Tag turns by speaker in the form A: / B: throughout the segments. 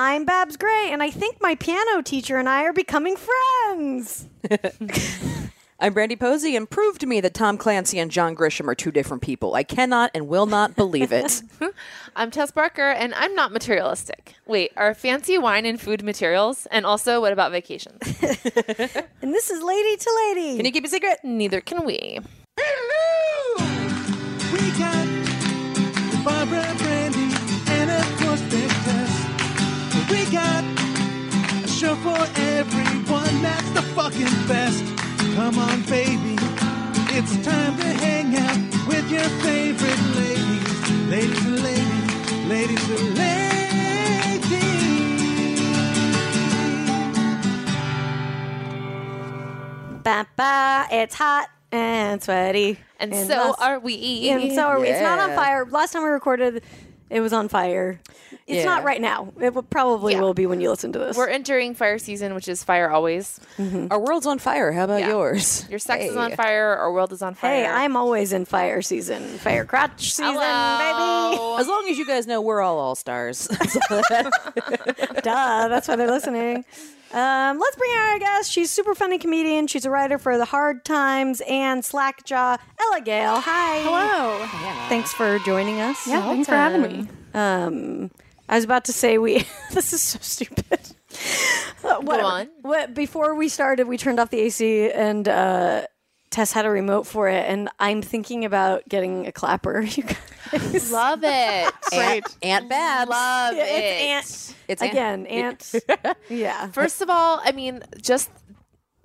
A: I'm Babs Gray, and I think my piano teacher and I are becoming friends.
B: I'm Brandy Posey, and prove to me that Tom Clancy and John Grisham are two different people. I cannot and will not believe it.
C: I'm Tess Barker, and I'm not materialistic. Wait, are fancy wine and food materials? And also, what about vacations?
A: And this is Lady to Lady.
B: Can you keep a secret?
C: Neither can we.
D: We got Barbara Brandy and of course Big Tess. We got a show for everyone that's the fucking best. Come on, baby. It's time to hang out with your favorite ladies. Ladies and ladies, ladies and ladies.
A: Ba ba, it's hot and sweaty.
C: And, so
A: last-
C: are we.
A: And so are we. It's not on
B: Yeah.
A: fire. Last time we recorded, it was on fire. It's
B: Yeah.
A: not right now. It will, probably
C: Yeah.
A: will be when you listen to this.
C: We're entering fire season, which is fire always.
B: Our world's on fire. How about
C: Yeah.
B: yours?
C: Your sex is
B: Hey.
C: on fire, our world is on fire.
A: hey, I'm always in fire season, fire crotch season,
C: Hello.
B: As long as you guys know, we're all all stars.
A: baby. Duh, that's why they're listening. Um, let's bring out our guest. She's super funny comedian. She's a writer for The Hard Times and Slackjaw. Ella Gale. Hi. Hello. Thanks for joining us. Yeah.
E: Thanks for having me.
A: Um, I was about to say we. this is so stupid. Uh, whatever.
C: on.
A: What, before we started, we turned off the AC and uh, Tess had a remote for it, and I'm thinking about getting a clapper. You guys.
C: Love it.
B: Aunt, Aunt Babs.
C: Love
A: Yeah,
C: it.
A: it's
B: It's
A: ant.
B: Aunt-
A: Again, ant. yeah.
C: First of all, I mean, just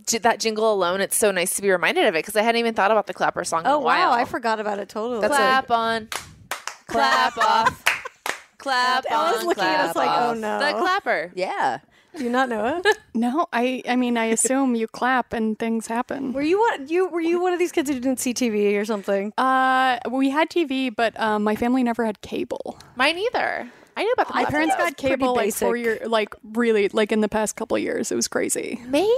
C: j- that jingle alone, it's so nice to be reminded of it because I hadn't even thought about the clapper song.
A: Oh
C: in a while.
A: wow, I forgot about it totally.
C: That's clap on, clap off, clap on.
A: I was looking at
C: clap
A: us like, oh,
C: off.
A: no.
C: the clapper.
B: Yeah.
A: Do you not know it?
E: No, I I mean I assume you clap and things happen.
A: Were you one? You were you one of these kids who didn't see TV or something?
E: Uh, we had TV, but um, my family never had cable.
C: Mine either. I knew about the
E: My
C: clapper.
E: parents
C: though.
E: got
A: pretty
E: cable like four
A: basic.
E: year, like really, like in the past couple years. It was crazy.
C: maybe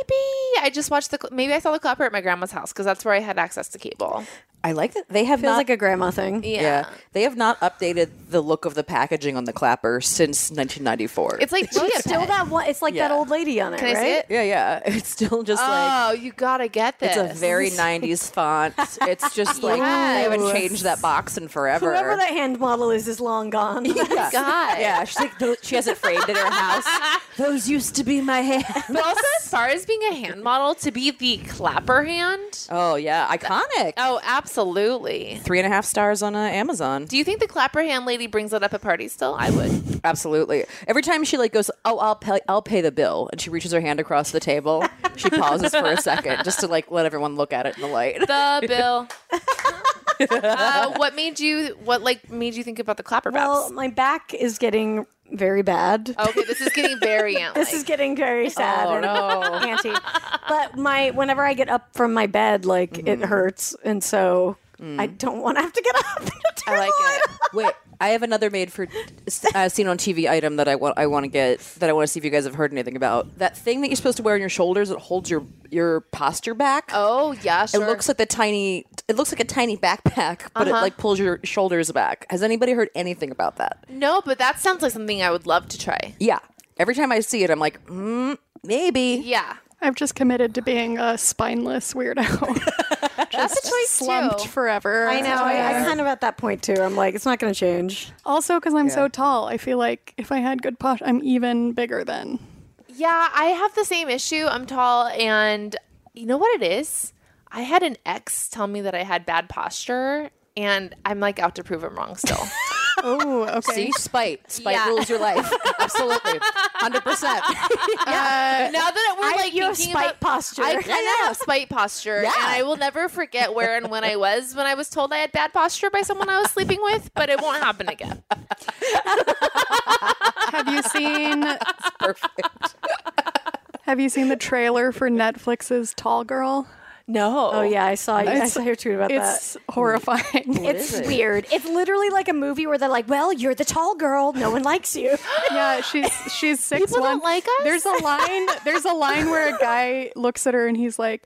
C: I just watched the cl- maybe I saw the clapper at my grandma's house because that's where I had access to cable.
B: I like that they have
A: Feels
B: not
A: like a grandma thing.
B: yeah. They have not updated the look of the packaging on the clapper since 1994.
C: It's like
A: Well,
C: chia
A: it's still
C: pet.
A: that one. It's like that
B: Yeah.
A: old lady on it,
C: Can I
A: right?
C: see it?
B: yeah, yeah. It's still just like
C: oh, you gotta get this.
B: It's a very 90s font. It's just like
C: Yes.
B: they haven't changed that box in forever.
A: Whoever that hand model is is long gone.
B: yeah.
C: God.
B: Yeah, she's like, "Those- she has it framed in her house. Those used to be my hands.
C: But also, as far as being a hand model, to be the clapper hand.
B: Oh, yeah. Iconic.
C: Oh, absolutely.
B: Three and a half stars on uh, Amazon.
C: Do you think the clapper hand lady brings it up at parties still? I would.
B: Absolutely. Every time she like goes, oh, I'll pay, I'll pay the bill, and she reaches her hand across the table, she pauses for a second just to like let everyone look at it in the light.
C: The bill. uh, what made you? What like made you think about the clapper?
A: well,
C: Babs?
A: my back is getting very bad.
C: Okay, this is getting very ant.
A: This is getting very
C: Oh,
A: sad and anti. But my whenever I get up from my bed, like it hurts, and so I don't want to have to get up.
C: Mm. I like it.
B: Wait, I have another made for uh, seen on TV item that I want. I want to get that I want to see if you guys have heard anything about that thing that you're supposed to wear on your shoulders that holds your your posture back.
C: Oh yeah,
B: It
C: sure. Uh-huh.
B: looks like the tiny. It looks like a tiny backpack, but it like pulls your shoulders back. Has anybody heard anything about that?
C: no, but that sounds like something I would love to try.
B: Yeah. Every time I see it, I'm like, mm, maybe.
C: Yeah,
E: I've just committed to being a spineless weirdo,
C: that's a choice
E: slumped
C: too.
E: forever.
A: I know. I, I kind of at that point too. I'm like, it's not going to change.
E: Also, because I'm so tall, I feel like if I had good posture, I'm even bigger then.
C: Yeah, I have the same issue. I'm tall, and you know what it is? I had an ex tell me that I had bad posture, and I'm like out to prove him wrong still.
E: Oh, okay.
B: See, spite. Spite
C: Yeah.
B: rules your life. Absolutely, hundred percent.
E: Uh,
C: now that we're
A: I-
C: like
A: you have
C: thinking
A: spite
C: about,
A: posture.
C: I kind of have spite posture,
B: Yeah.
C: and I will never forget where and when I was when I was told I had bad posture by someone I was sleeping with. But it won't happen again.
E: have you seen
B: Perfect.
E: Have you seen the trailer for Netflix's Tall Girl?
C: No.
A: Oh yeah, I saw. I
E: It's-
A: saw your tweet about that.
E: It's horrifying.
A: It's weird. It's literally like a movie where they're like, "Well, you're the tall girl. No one likes you."
E: yeah, she's she's six
C: People don't like us?
E: There's a line. There's a line where a guy looks at her and he's like.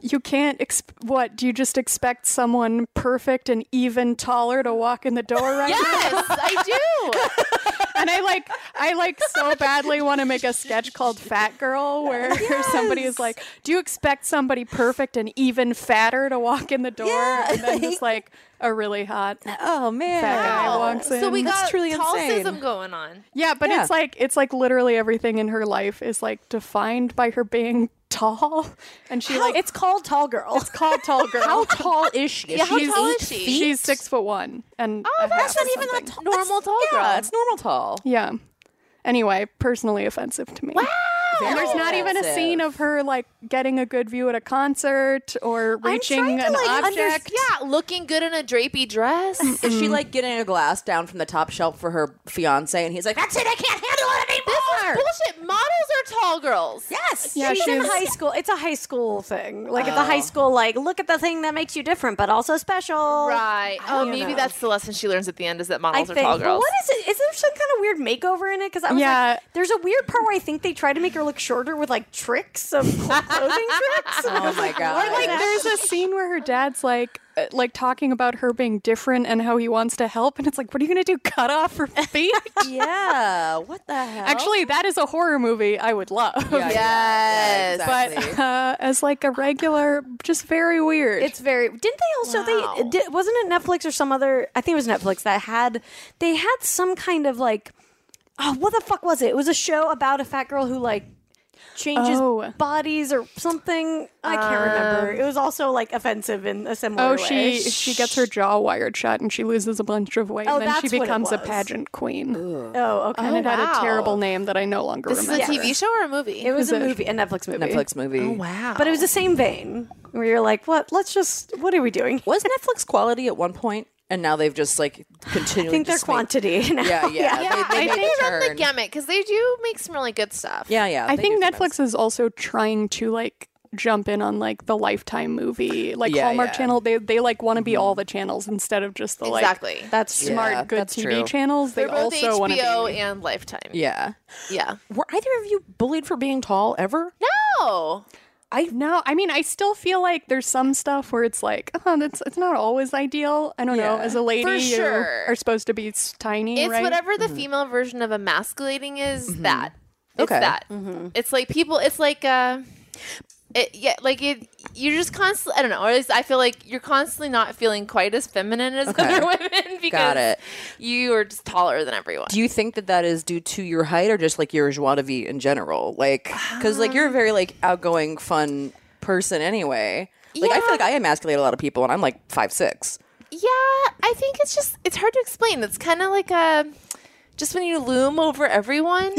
E: You can't. Ex- what do you just expect? Someone perfect and even taller to walk in the door right
C: Yes, I do.
E: now. And I like, I like so badly want to make a sketch called "Fat Girl," where somebody is like, "Do you expect somebody perfect and even fatter to walk in the door?" And then just like a really hot
B: Oh man.
E: fat guy walks in.
C: So we got
B: truly
C: tall
B: insane.
C: sism going on.
E: Yeah, but
B: Yeah.
E: it's like it's like literally everything in her life is like defined by her being tall, and she like
A: it's called Tall Girl.
E: it's called tall girl.
B: How tall is she?
C: Yeah, how
B: She's
C: tall
B: eight
C: is she?
B: feet?
E: She's six foot one, and
C: Oh,
E: a
C: that's
E: half or
C: not even
E: something.
C: a t- normal tall
B: yeah,
C: girl.
B: it's normal tall.
E: yeah. Anyway, personally offensive to me. And there's not even a scene of her like getting a good view at a concert or
A: trying
E: reaching
A: to,
E: an
A: like,
E: object.
A: understand-
C: yeah, looking good in a drapey dress. this
B: Is she like getting a glass down from the top shelf for her fiance, and he's like, "That's it, I can't handle it anymore."
C: bullshit. Models are tall girls.
B: Yes.
E: Yeah,
A: She's in
E: she's-
A: high school. It's a high school thing. Like it's a high
C: Oh.
A: school. Like look at the thing that makes you different, but also special.
C: Right. Oh,
A: don't
C: maybe
A: know.
C: that's the lesson she learns at the end is that
A: I
C: models are
A: think.
C: tall
A: Well,
C: girls.
A: what is it? Is there some kind of weird makeover in it? Because I was
E: Yeah.
A: like, there's a weird part where I think they try to make her look shorter with like tricks of clothing tricks.
B: Oh my god.
E: like there's a scene where her dad's like uh, like talking about her being different and how he wants to help and it's like what are you gonna do cut off her feet
B: yeah. What the hell?
E: actually that is a horror movie i would love
B: Yeah, yeah,
C: Yes.
B: yeah,
E: but
B: exactly.
E: uh, as like a regular just very weird
A: It's very. Didn't they also? They did, wasn't it Netflix or some other? I think it was Netflix that had. They had some kind of like. Oh, what the fuck was it? It was a show about a fat girl who like changes
E: Oh.
A: bodies or something. I can't remember. It was also like offensive in a similar
E: oh
A: way.
E: she she gets her jaw wired shut and she loses a bunch of weight
A: Oh,
E: and then she
A: that's what it
E: becomes a
A: was.
E: pageant queen
A: Oh, okay.
E: and it had
C: wow.
E: a terrible name that i no longer
C: This is a
E: remember
C: TV show or a movie?
A: It was
E: Is
A: a
E: it-
A: movie, a Netflix movie.
B: Netflix movie.
C: wow.
A: But it was the same vein where you're like, what? Let's just. What are we doing?
B: Was Netflix quality at one point, and now they've just like continually.
A: I think they're
B: just made-
A: quantity. now.
B: Yeah, yeah.
C: Yeah,
B: They, they made
C: I think
B: the
C: they run the
B: turn.
C: gamut because they do make some really good stuff.
B: Yeah, yeah.
E: I
B: they
E: think
B: do some nice-
E: Netflix is also trying to like jump in on like the Lifetime movie, like
B: Yeah,
E: Hallmark
B: yeah.
E: Channel. They they like want to be all the channels instead of just the like
C: exactly.
A: That's
E: smart
B: Yeah,
E: good
B: that's
E: TV
B: true.
E: channels. They
C: They're both
E: also want to
C: HBO
E: be.
C: and Lifetime.
B: Yeah.
C: Yeah.
B: Were either of you bullied for being tall ever?
C: No.
E: No, I mean I still feel like there's some stuff where it's like, oh, that's it's not always ideal. I don't know.
B: Yeah.
E: As a lady,
C: sure.
E: you are supposed to be s- tiny,
C: It's
E: right?
C: whatever the female version of emasculating is. That. It's
B: Okay.
C: that. It's like people. It's like uh, it, yeah, like it. You're just constantly. I don't know. Or at least I feel like you're constantly not feeling quite as feminine as
B: Okay.
C: other women because
B: it.
C: you are just taller than everyone.
B: Do you think that that is due to your height or just like your joie de vivre in general? Like, because like you're a very like outgoing, fun person anyway. Like I feel like I emasculate a lot of people, and I'm like five six.
C: Yeah, I think it's just it's hard to explain. It's kind of like a just when you loom over everyone.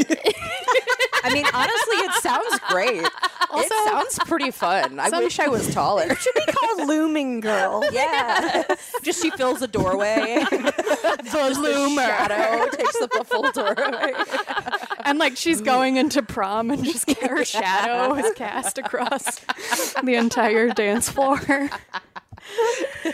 B: I mean, honestly, it sounds great. it sounds pretty fun. I wish I was taller.
A: called Looming Girl.
B: Yeah. just she fills the doorway. the loomer. shadow takes up a full doorway.
E: and like she's going into prom and just her shadow is cast across the entire dance floor.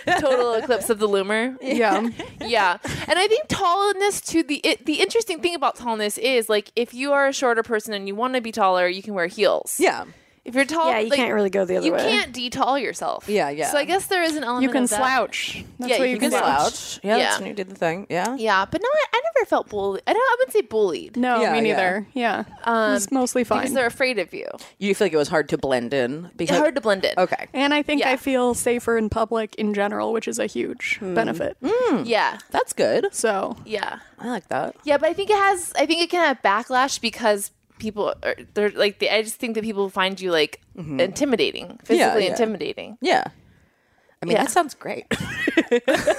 C: Total eclipse of the loomer.
E: Yeah.
C: Yeah, and I think tallness too. The it, the interesting thing about tallness is like if you are a shorter person and you want to be taller, you can wear heels.
B: Yeah.
C: If you're tall,
A: Yeah, you
C: like,
A: can't really go the other
C: you
A: way.
C: can't detall yourself.
B: Yeah, yeah.
C: So I guess there is an element.
E: You can
C: of that.
E: slouch. That's
C: Yeah,
E: what
C: you
E: you,
B: You
C: can
B: can
E: do.
B: slouch. Yeah,
C: Yeah.
B: that's when you did the thing. Yeah.
C: Yeah, but no, I, I never felt bullied. I don't. I wouldn't say bullied.
E: No,
B: Yeah,
E: me
B: yeah.
E: neither. Yeah. it was mostly
C: Um, because
E: fine.
C: they're afraid of you.
B: You feel like it was hard to blend in because
C: hard to blend in.
B: Okay.
E: and I think
C: Yeah.
E: I feel safer in public in general, which is a huge benefit.
C: Yeah.
B: That's good.
E: So,
C: Mm. Yeah.
B: I like that.
C: Yeah, but I think it has. I think it can have backlash because people are they're like. They, I just think that people find you like intimidating, physically
B: yeah.
C: intimidating.
B: Yeah. I mean,
C: Yeah.
B: that sounds great.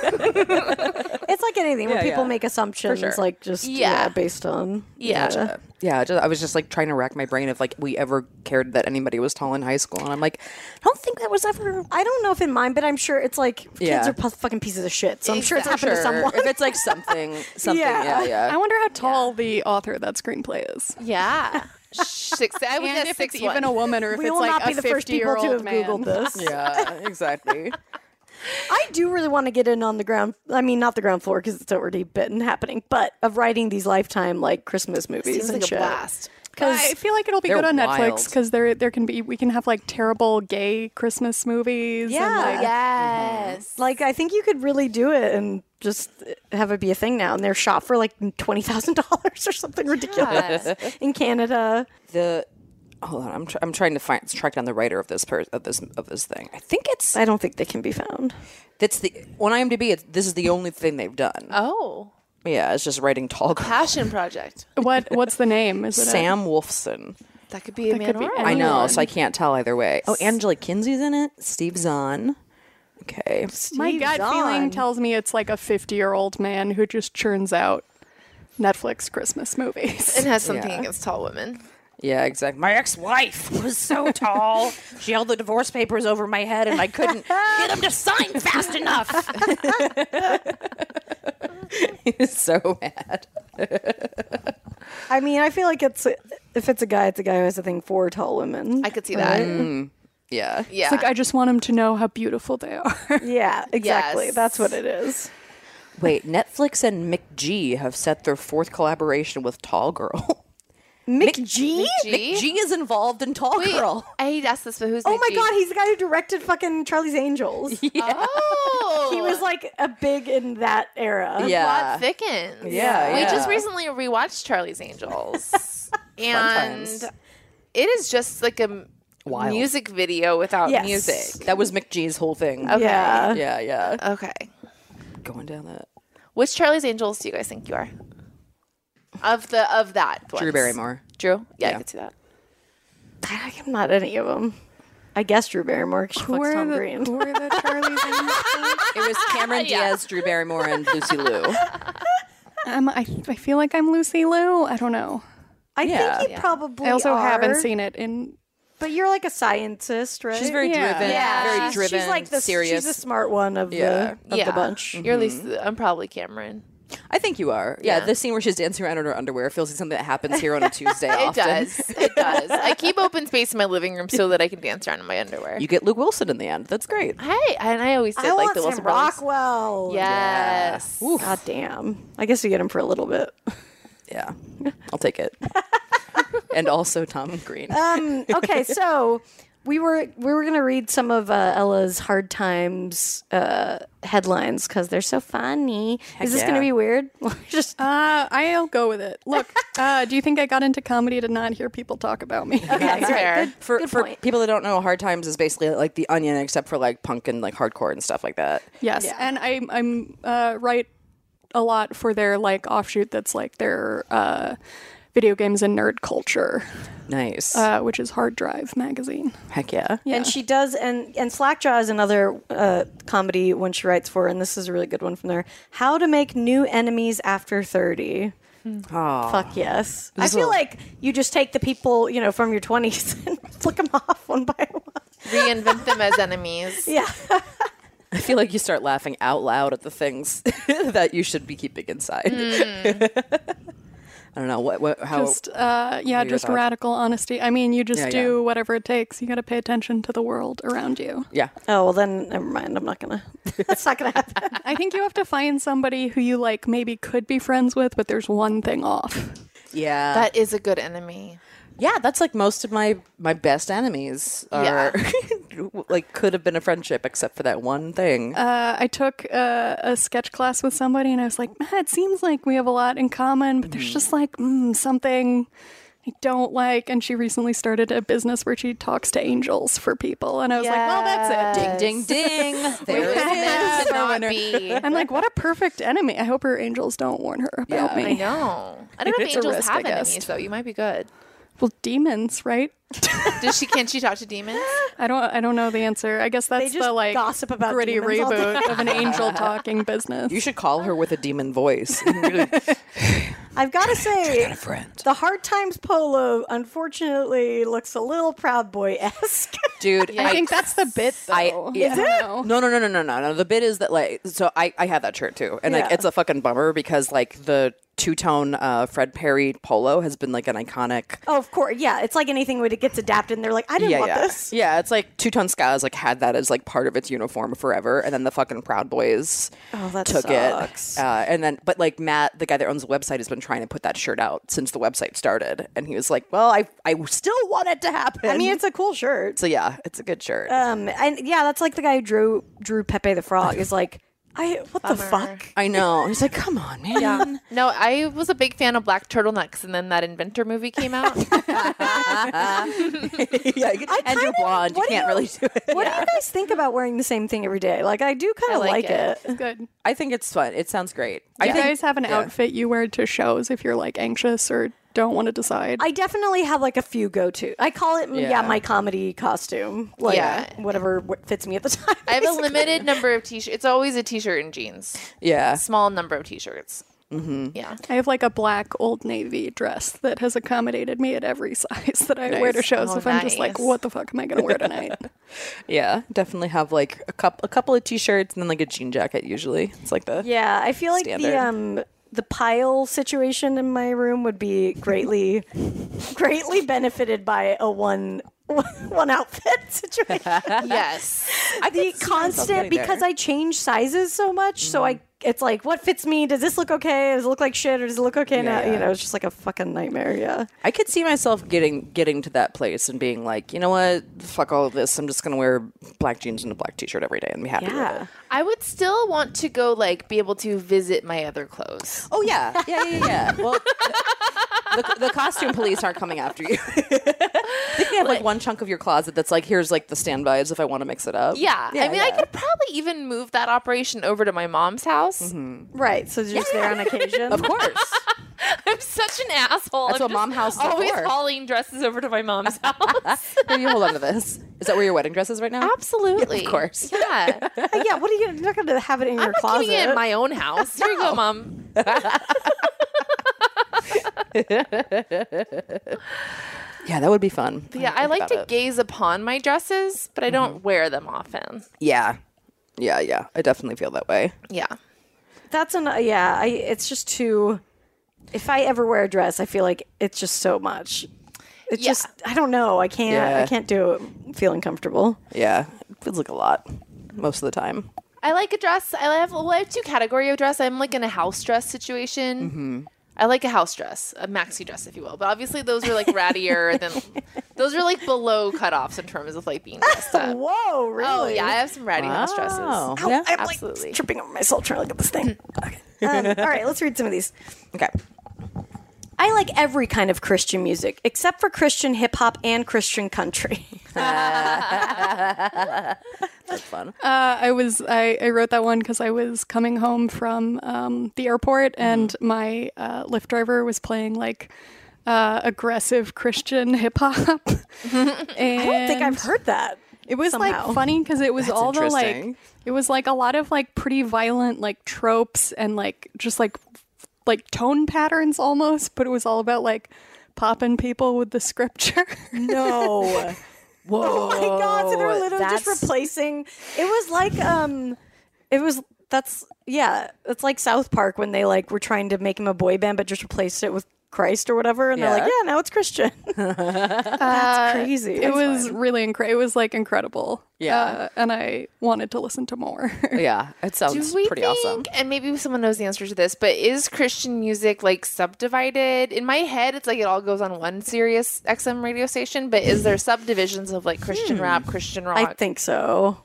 A: It's like anything where
B: Yeah,
A: people
B: yeah.
A: make assumptions,
B: sure.
A: like just yeah.
C: Yeah.
A: based on
C: Yeah.
B: yeah, just, I was just like trying to rack my brain if like we ever cared that anybody was tall in high school, and I'm like, I don't think that was ever.
A: I don't know if in mine, but I'm sure it's like kids
B: Yeah.
A: are pu- fucking pieces of shit. So I'm sure it's happened
B: Sure.
A: to someone.
B: If it's like something, something,
A: Yeah.
B: yeah, yeah.
E: I wonder how tall the author of that screenplay is.
C: Yeah. Six. I would
E: and
C: guess
E: if
C: six
E: it's even
C: one.
E: a woman or if
A: we
E: it's
A: will
E: like
A: not be
E: a
A: the first
E: 50
A: people
E: year
A: to have
E: old man.
A: googled this.
B: yeah, exactly.
A: I do really want to get in on the ground. I mean, not the ground floor because it's already been happening, but of writing these lifetime like Christmas movies
C: Seems
A: and
C: like a
A: shit.
C: blast.
E: I feel like it'll be
B: They're
E: good on
B: wild.
E: Netflix because there there can be we can have like terrible gay Christmas movies.
A: Yeah.
E: and, like,
C: Yes.
A: Like I think you could really do it and just have it be a thing now. And they're shot for like twenty thousand dollars or something ridiculous in Canada.
B: The hold on, I'm tr- I'm trying to find track down the writer of this per- of this of this thing. I think it's
A: I don't think they can be found.
B: that's the on IMDb. It's, this is the only thing they've done.
C: Oh,
B: Yeah, it's just writing tall. girls.
C: passion project.
E: what what's the name? Is it a-
B: Sam Wolfson.
C: That could be a man
E: could be
C: or a
E: any-
B: I
C: woman.
B: know, so I can't tell either way. Oh, Angela Kinsey's in it. Steve Zahn. Okay.
E: My gut feeling tells me it's like a 50 year old man who just churns out Netflix Christmas movies.
C: and has something
B: Yeah.
C: against tall women.
B: Yeah, exactly. My ex-wife was so tall. she held the divorce papers over my head, and I couldn't get them to sign fast enough. he was so mad.
A: I mean, I feel like it's if it's a guy, it's a guy who has a thing for tall women.
C: I could see that.
B: Yeah.
C: Yeah.
E: It's like I just want him to know how beautiful they are.
A: yeah, exactly.
C: Yes.
A: That's what it is.
B: Wait, Netflix and McG have set their fourth collaboration with Tall Girl.
A: Mick G.
C: G?
B: McG is involved in Tall
C: Wait,
B: Girl.
C: I need to ask this, but who's?
A: Oh my god, he's the guy who directed fucking Charlie's Angels. he
C: Oh,
A: was like a big in that era.
B: Yeah.
C: plot thickens.
B: Yeah,
C: we
B: yeah.
C: just recently rewatched Charlie's Angels,
B: times.
C: and it is just like a m-
B: Wild.
C: music video without
A: Yes.
C: music.
B: That was McG's whole thing.
A: Yeah.
B: Yeah, yeah.
C: Okay,
B: Going down that.
C: which Charlie's Angels do you guys think you are? Of the of that,
B: Drew
C: ones.
B: Barrymore.
C: Drew,
B: Yeah.
C: yeah, I could see that.
A: I'm not any of them. I guess Drew Barrymore. 'cause She fucks Tom Green.
E: who are the Charlie's Angels?
B: It was Cameron Diaz, Drew Barrymore, and Lucy Liu.
E: Um, I, I feel like I'm Lucy Liu. I don't know.
A: I
B: Yeah.
A: think you probably.
E: I also
A: are,
E: haven't seen it in.
A: But you're like a scientist, right?
B: She's very
E: Yeah.
B: driven.
C: Yeah.
B: Very
C: She's-
B: driven.
A: She's like the
B: serious.
A: She's the smart one of
B: Yeah.
A: the of
C: yeah,
A: the bunch.
C: You're Lisa. I'm probably Cameron.
B: I think you are. Yeah, the scene where she's dancing around in her underwear feels like something that happens here on a Tuesday.
C: It
B: often.
C: does. It does. I keep open space in my living room so that I can dance around in my underwear.
B: You get Luke Wilson in the end. That's great.
C: Hey, and I always did
A: I
C: like
A: want
C: the Wilson
A: Sam
C: Brothers.
A: Rockwell.
C: Yes.
A: God damn. I guess you get him for a little bit.
B: Yeah, I'll take it. and also Tom Green.
A: Um, okay, so we were we were gonna read some of uh, Ella's hard times uh, headlines because they're so funny. Is this gonna
B: yeah.
A: be weird? Just
E: Uh, I'll go with it. Look, uh, do you think I got into comedy to not hear people talk about me?
C: That's fair.
B: for
A: good
B: for
A: point.
B: people that don't know, Hard Times is basically like The Onion, except for like punk and like hardcore and stuff like that.
E: Yes, and I'm I'm uh, right a lot for their like offshoot that's like their uh, video games and nerd culture,
B: Nice.
E: uh, which is Hard Drive magazine.
B: Heck yeah.
A: And she does, and and Slackjaw is another uh, comedy one she writes for, and this is a really good one from there. How to make new enemies after thirty. Fuck yes! I feel like you just take the people you know from your twenties and flick them off one by one.
C: Reinvent them as enemies.
A: Yeah,
B: I feel like you start laughing out loud at the things that you should be keeping inside. I don't know what what how
E: Just uh, yeah,
B: your
E: just
B: thoughts?
E: radical honesty. I mean, you just
B: Yeah,
E: do
B: yeah.
E: whatever it takes. You got to pay attention to the world around you.
B: yeah.
A: Oh well, then never mind. I'm not gonna. That's not gonna happen.
E: I think you have to find somebody who you like maybe could be friends with, but there's one thing off.
B: Yeah.
C: That is a good enemy.
B: yeah, that's like most of my my best enemies
C: Yeah.
B: are like could have been a friendship except for that one thing.
E: Uh, I took uh, a sketch class with somebody, and I was like, "Man, it seems like we have a lot in common, but there's just like mm, something I don't like." And she recently started a business where she talks to angels for people, and I was like, "Well, that's it."
B: ding ding ding. there
C: It's
B: it is.
C: meant to not be.
E: I'm like, "What a perfect enemy!" I hope her angels don't warn her about
B: Yeah.
E: me.
C: I know. I don't know if
E: It's a
C: angels
E: risk,
C: have
E: I guess.
C: enemies though. You might be good.
E: Well, demons, right?
C: Does she? Can she talk to demons?
E: I don't. I don't know the answer. I guess that's
A: just
E: the like
A: gossip about
E: gritty
A: demons all
E: reboot of an angel talking business.
B: You should call her with a demon voice. You can really-
A: I've got to say,
B: friend.
A: the Hard Times polo unfortunately looks a little Proud Boy esque.
B: Dude,
E: I think that's the bit. Though.
B: I, yeah.
E: No.
B: No, no, no, no, no, no, no. The bit is that like, so I, I had that shirt too, and like,
A: Yeah.
B: it's a fucking bummer because like the two tone uh, Fred Perry polo has been like an iconic.
A: oh, of course. Yeah, it's like anything when it gets adapted and they're like, I didn't
B: Yeah,
A: want
B: yeah,
A: this.
B: yeah. It's like two tone ska has like had that as like part of its uniform forever, and then the fucking Proud Boys
A: Oh, that
B: took
A: sucks.
B: it, uh, and then but like Matt, the guy that owns the website, has been trying to put that shirt out since the website started, and he was like, "Well, I I still want it to happen."
A: I mean, it's a cool shirt.
B: so yeah, it's a good shirt.
A: Um, and yeah, that's like the guy who drew drew Pepe the Frog is like, I what the fuck?
B: I know. He's like, "Come on, man."
C: No, I was a big fan of black turtlenecks, and then that Inventor movie came out.
B: yeah, and you're blonde. You
A: what do
B: can't
A: you-
B: really do it.
A: What do you guys think about wearing the same thing every day? Like, I do kind
C: I
A: of
C: like
A: like, it.
C: it.
E: Good.
B: I think it's fun. It sounds great. I
E: you
B: think
E: guys have an outfit you wear to shows if you're like anxious or don't want to decide.
A: I definitely have like a few go to. I call it yeah.
B: Yeah.
A: my comedy costume. Like,
C: Yeah.
A: whatever w- fits me at the time.
C: I have a limited number of t-shirts. It's always a t-shirt and jeans.
B: yeah.
C: Small number of t-shirts. Mm-hmm. Yeah.
E: I have like a black old navy dress that has accommodated me at every size that I wear to shows.
C: Oh,
E: if I'm just like,
C: nice.
E: what the fuck am I gonna wear tonight?
B: Yeah. Definitely have like a couple a couple of t-shirts and then like a jean jacket usually. It's like the
A: Yeah, I feel like
B: Standard.
A: the um the pile situation in my room would be greatly greatly benefited by a one one outfit situation.
C: yes.
A: the
B: getting
A: constant
B: there.
A: because I change sizes so much, so I it's like what fits me? Does this look okay? Does it look like shit or does it look okay now? You know, it's just like a fucking nightmare, yeah.
B: I could see myself getting getting to that place and being like, you know what? Fuck all of this. I'm just gonna wear black jeans and a black t-shirt every day and be happy with it.
C: I would still want to go like be able to visit my other clothes.
B: Oh yeah. Yeah, yeah, yeah. yeah. well the, the costume police aren't coming after you. they can have like one chunk of your closet that's like, here's like the standbys if I want to mix it up.
C: Yeah. I mean, I could probably even move that operation over to my mom's house.
A: Right. So just there on occasion.
B: Of course.
C: I'm such an asshole.
B: That's
C: I'm
B: what mom houses are
C: Always
B: for.
C: hauling dresses over to my mom's house.
B: Here, you hold on to this. Is that where your wedding dress is right now?
C: Absolutely.
B: Of course.
C: Yeah.
A: yeah, what are you you're not gonna have it in
C: I'm
A: your
C: not
A: closet?
C: keeping it in my own house. Here you go, mom.
B: Yeah, that would be fun.
C: Yeah, I like to gaze upon my dresses, but I don't
A: Mm-hmm.
C: wear them often.
B: Yeah. Yeah, yeah. I definitely feel that way.
C: Yeah.
A: That's an yeah. I, it's just too. If I ever wear a dress, I feel like it's just so much. It's
C: Yeah.
A: just I don't know. I can't. I
B: Yeah.
A: can't do it. Feeling comfortable.
B: Yeah. It feels like a lot most of the time.
C: I like a dress. I have well, I have two category of dress. I'm like in a house dress situation.
A: Mm-hmm.
C: I like a house dress, a maxi dress, if you will. But obviously, those are like rattier than those are like below cutoffs in terms of like being dressed up.
A: Whoa, really?
C: Oh yeah, I have some ratty house dresses.
B: Yeah.
A: I'm
C: Absolutely.
A: like tripping over myself trying to look at this thing. okay. Um, all right, let's read some of these.
B: Okay.
A: I like every kind of Christian music except for Christian hip hop and Christian country.
B: Fun.
E: Uh, I was I, I wrote that one because I was coming home from um, the airport and my uh, Lyft driver was playing like uh, aggressive Christian hip hop.
A: I don't think I've heard that.
E: It was
A: somehow.
E: like funny because it was all the like
B: interesting.
E: it was like a lot of like pretty violent like tropes and like just like f- like tone patterns almost, but it was all about like popping people with the scripture.
A: No.
B: Whoa.
A: Oh my god! So they're literally
B: that's-
A: just replacing. It was like um, it was that's yeah, it's like South Park when they like were trying to make him a boy band, but just replaced it with Christ or whatever, and they're like,
B: Yeah.
A: yeah, Uh, now it's Christian. that's crazy.
E: it was really incredible. It was like incredible.
B: Yeah.
E: Uh, and I wanted to listen to more.
B: Yeah. It sounds
C: Do we
B: pretty
C: think,
B: awesome.
C: and maybe someone knows the answer to this, but is Christian music like subdivided? In my head, it's like it all goes on one serious XM radio station, but is there subdivisions of like Christian rap, Christian rock?
A: I think so.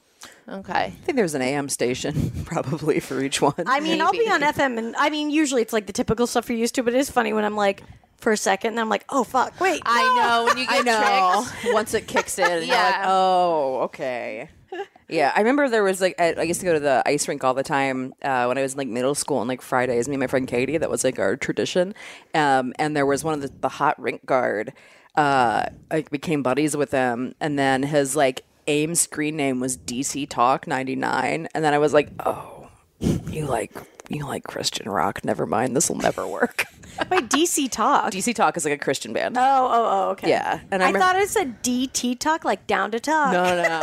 C: Okay.
B: I think there's an AM station probably for each one.
A: I mean, I'll be
C: Maybe.
A: on FM, and I mean, usually it's like the typical stuff you're used to, but it is funny when I'm like for a second, and I'm like, oh fuck, wait,
C: I know when you get
B: know.
C: tricked.
B: Once it kicks in, and you're like,
C: Yeah.
B: oh, okay. Yeah, I remember there was like I, I used to go to the ice rink all the time uh, when I was in like middle school and like Fridays. Me and my friend Katie, that was like our tradition. Um, and there was one of the, the hot rink guard. uh, like became buddies with him, and then his like AIM screen name was DC Talk ninety nine, and then I was like, oh, you like you like Christian rock? Never mind, this will never work.
A: Wait, DC Talk.
B: DC Talk is like a Christian band.
A: Oh, oh, oh, okay.
B: Yeah, and
A: I,
B: I remem-
A: thought it said DT Talk, like down to talk.
B: No, no, no.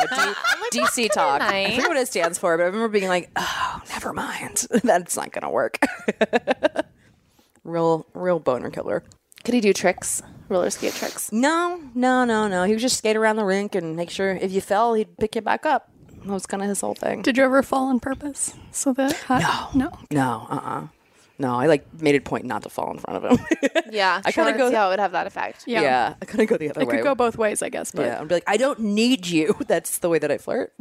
B: D- DC talk. I forget what it stands for, but I remember being like, oh, never mind. That's not going to work. real, real boner killer.
C: Could he do tricks? Roller skate tricks.
B: No, no, no, no. He would just skate around the rink and make sure if you fell, he'd pick you back up. That was kind of his whole thing.
E: Did you ever fall on purpose? So that hot? no,
B: no, uh uh No, I like made it point not to fall in front of him.
C: Yeah,
B: I
C: sure,
B: kinda
C: let's
B: go-
C: See how it would have that effect.
E: yeah,
B: I kind of go the other
E: It
B: way.
E: could go both ways, I guess. But
B: yeah, I'd be like, I don't need you. That's the way that I flirt.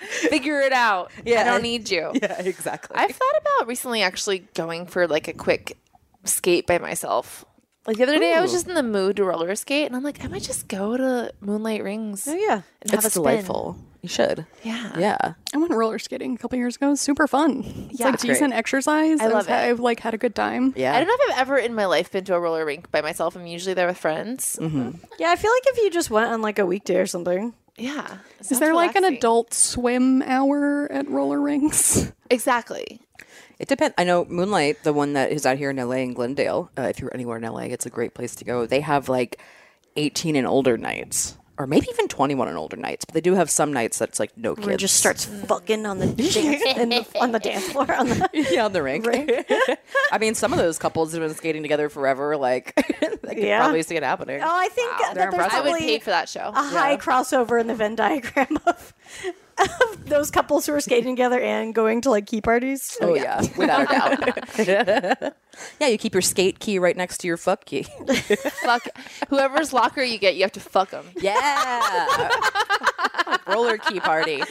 C: Figure it out.
B: Yeah.
C: I don't need
E: Oh.
C: you.
B: yeah, exactly.
C: I've thought about recently actually going for like a quick skate by myself. Like the other day, I was just in the mood to roller skate, and I'm like, I might just go to Moonlight Rings.
A: Oh, yeah.
C: and have
B: it's
C: a spin.
B: delightful. You should.
C: Yeah.
B: Yeah.
E: I went roller skating a couple years ago. It was super fun. It's
C: Yeah.
E: like
C: That's
B: great.
E: decent exercise.
C: I
E: was-
C: love it.
E: I've like had a good time.
B: Yeah.
C: I don't know if I've ever in my life been to a roller rink by myself. I'm usually there with friends.
A: Yeah, I feel like if you just went on like a weekday or something.
C: Yeah.
E: Is there like an adult swim hour at roller rinks?
C: Exactly.
B: It depends. I know Moonlight, the one that is out here in LA in Glendale. Uh, if you're anywhere in LA, it's a great place to go. They have like 18 and older nights, or maybe even 21 and older nights. But they do have some nights that's like no kids.
A: It just starts fucking on the dance in the, on the dance floor. On the,
B: yeah, on the rink. I mean, some of those couples have been skating together forever. Like, I could
A: Yeah.
B: probably see it happening.
A: oh, I think that
B: They're
A: there's
B: impressive.
C: I
A: probably
C: would pay for that show.
E: Ah,
A: a high crossover in the Venn diagram of, of those couples who are skating together and going to like key parties.
B: Oh, yeah, without a doubt. yeah, you keep your skate key right next to your fuck key.
C: fuck whoever's locker you get, you have to fuck them.
B: Yeah. Roller key party.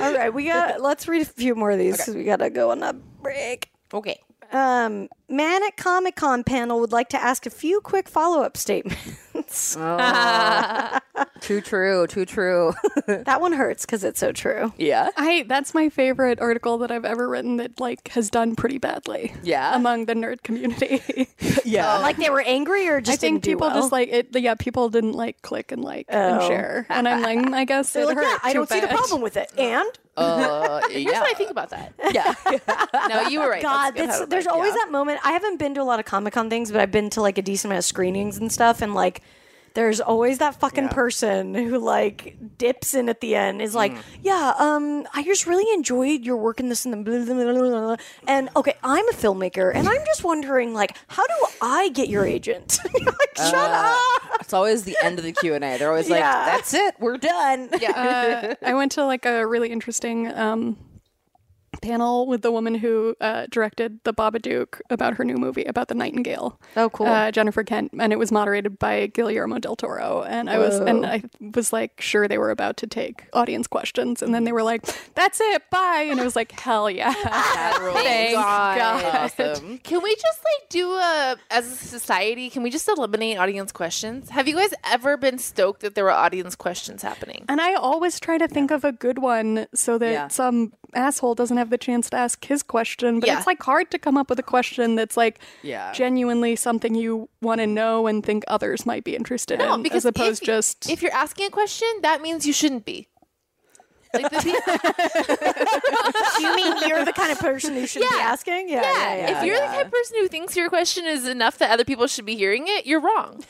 A: All right, we got. Let's read a few more of these 'cause we gotta go on a break.
B: Okay.
A: Um, man at Comic Con panel would like to ask a few quick follow up statements.
B: Too true. Too true.
A: that one hurts because it's so true.
B: yeah.
E: I that's my favorite article that I've ever written that like has done pretty badly.
B: Yeah.
E: Among the nerd community.
B: Yeah.
A: Like they were angry or
E: I
A: just
E: think
A: didn't do
E: people
A: well?
E: just like it yeah, people didn't like click and like and
A: Oh.
E: share. And I'm like, mm, I guess it
A: They're like,
E: hurt.
A: yeah, I
E: too
A: don't see the
E: bad." Oh,
A: problem with it. And
B: Uh, yeah.
C: That's what I think about that.
B: yeah.
C: No, you were right.
A: God,
C: That's
A: that's,
C: good.
A: there's always that moment. I haven't been to a lot of Comic Con things, but I've been to like a decent amount of screenings and stuff, and like. There's always that fucking person who like dips in at the end is
E: Mm.
A: like, yeah, um, I just really enjoyed your work in this and the blah, blah, blah, blah, blah. and okay, I'm a filmmaker and I'm just wondering like, how do I get your agent? You're like, shut
E: Uh,
A: up.
B: It's always the end of the Q and A. They're always like,
A: Yeah.
B: "That's it. We're done."
E: Uh, I went to like a really interesting um, panel with the woman who uh, directed The Babadook about her new movie about the Nightingale.
B: Oh, cool.
E: Uh, Jennifer Kent, and it was moderated by Guillermo del Toro. And I was and I was like sure they were about to take audience questions, and then they were like, "That's it, bye." And it was like, "Hell yeah, thank
C: God.
E: God."
B: Awesome.
C: Can we just like do a as a society? Can we just eliminate audience questions? Have you guys ever been stoked that there were audience questions happening?
E: And I always try to think of a good one so that
B: Yeah.
E: some asshole doesn't have the chance to ask his question. But
C: Yeah.
E: it's like hard to come up with a question that's like
B: Yeah.
E: genuinely something you want to know and think others might be interested in,
C: if-
E: as opposed just
C: if you're asking a question, that means you shouldn't be. Like the people,
A: You mean you're the kind of person who should not be
C: Yeah.
A: asking? Yeah, yeah, yeah.
C: if you're the type of person who thinks your question is enough that other people should be hearing it, you're wrong.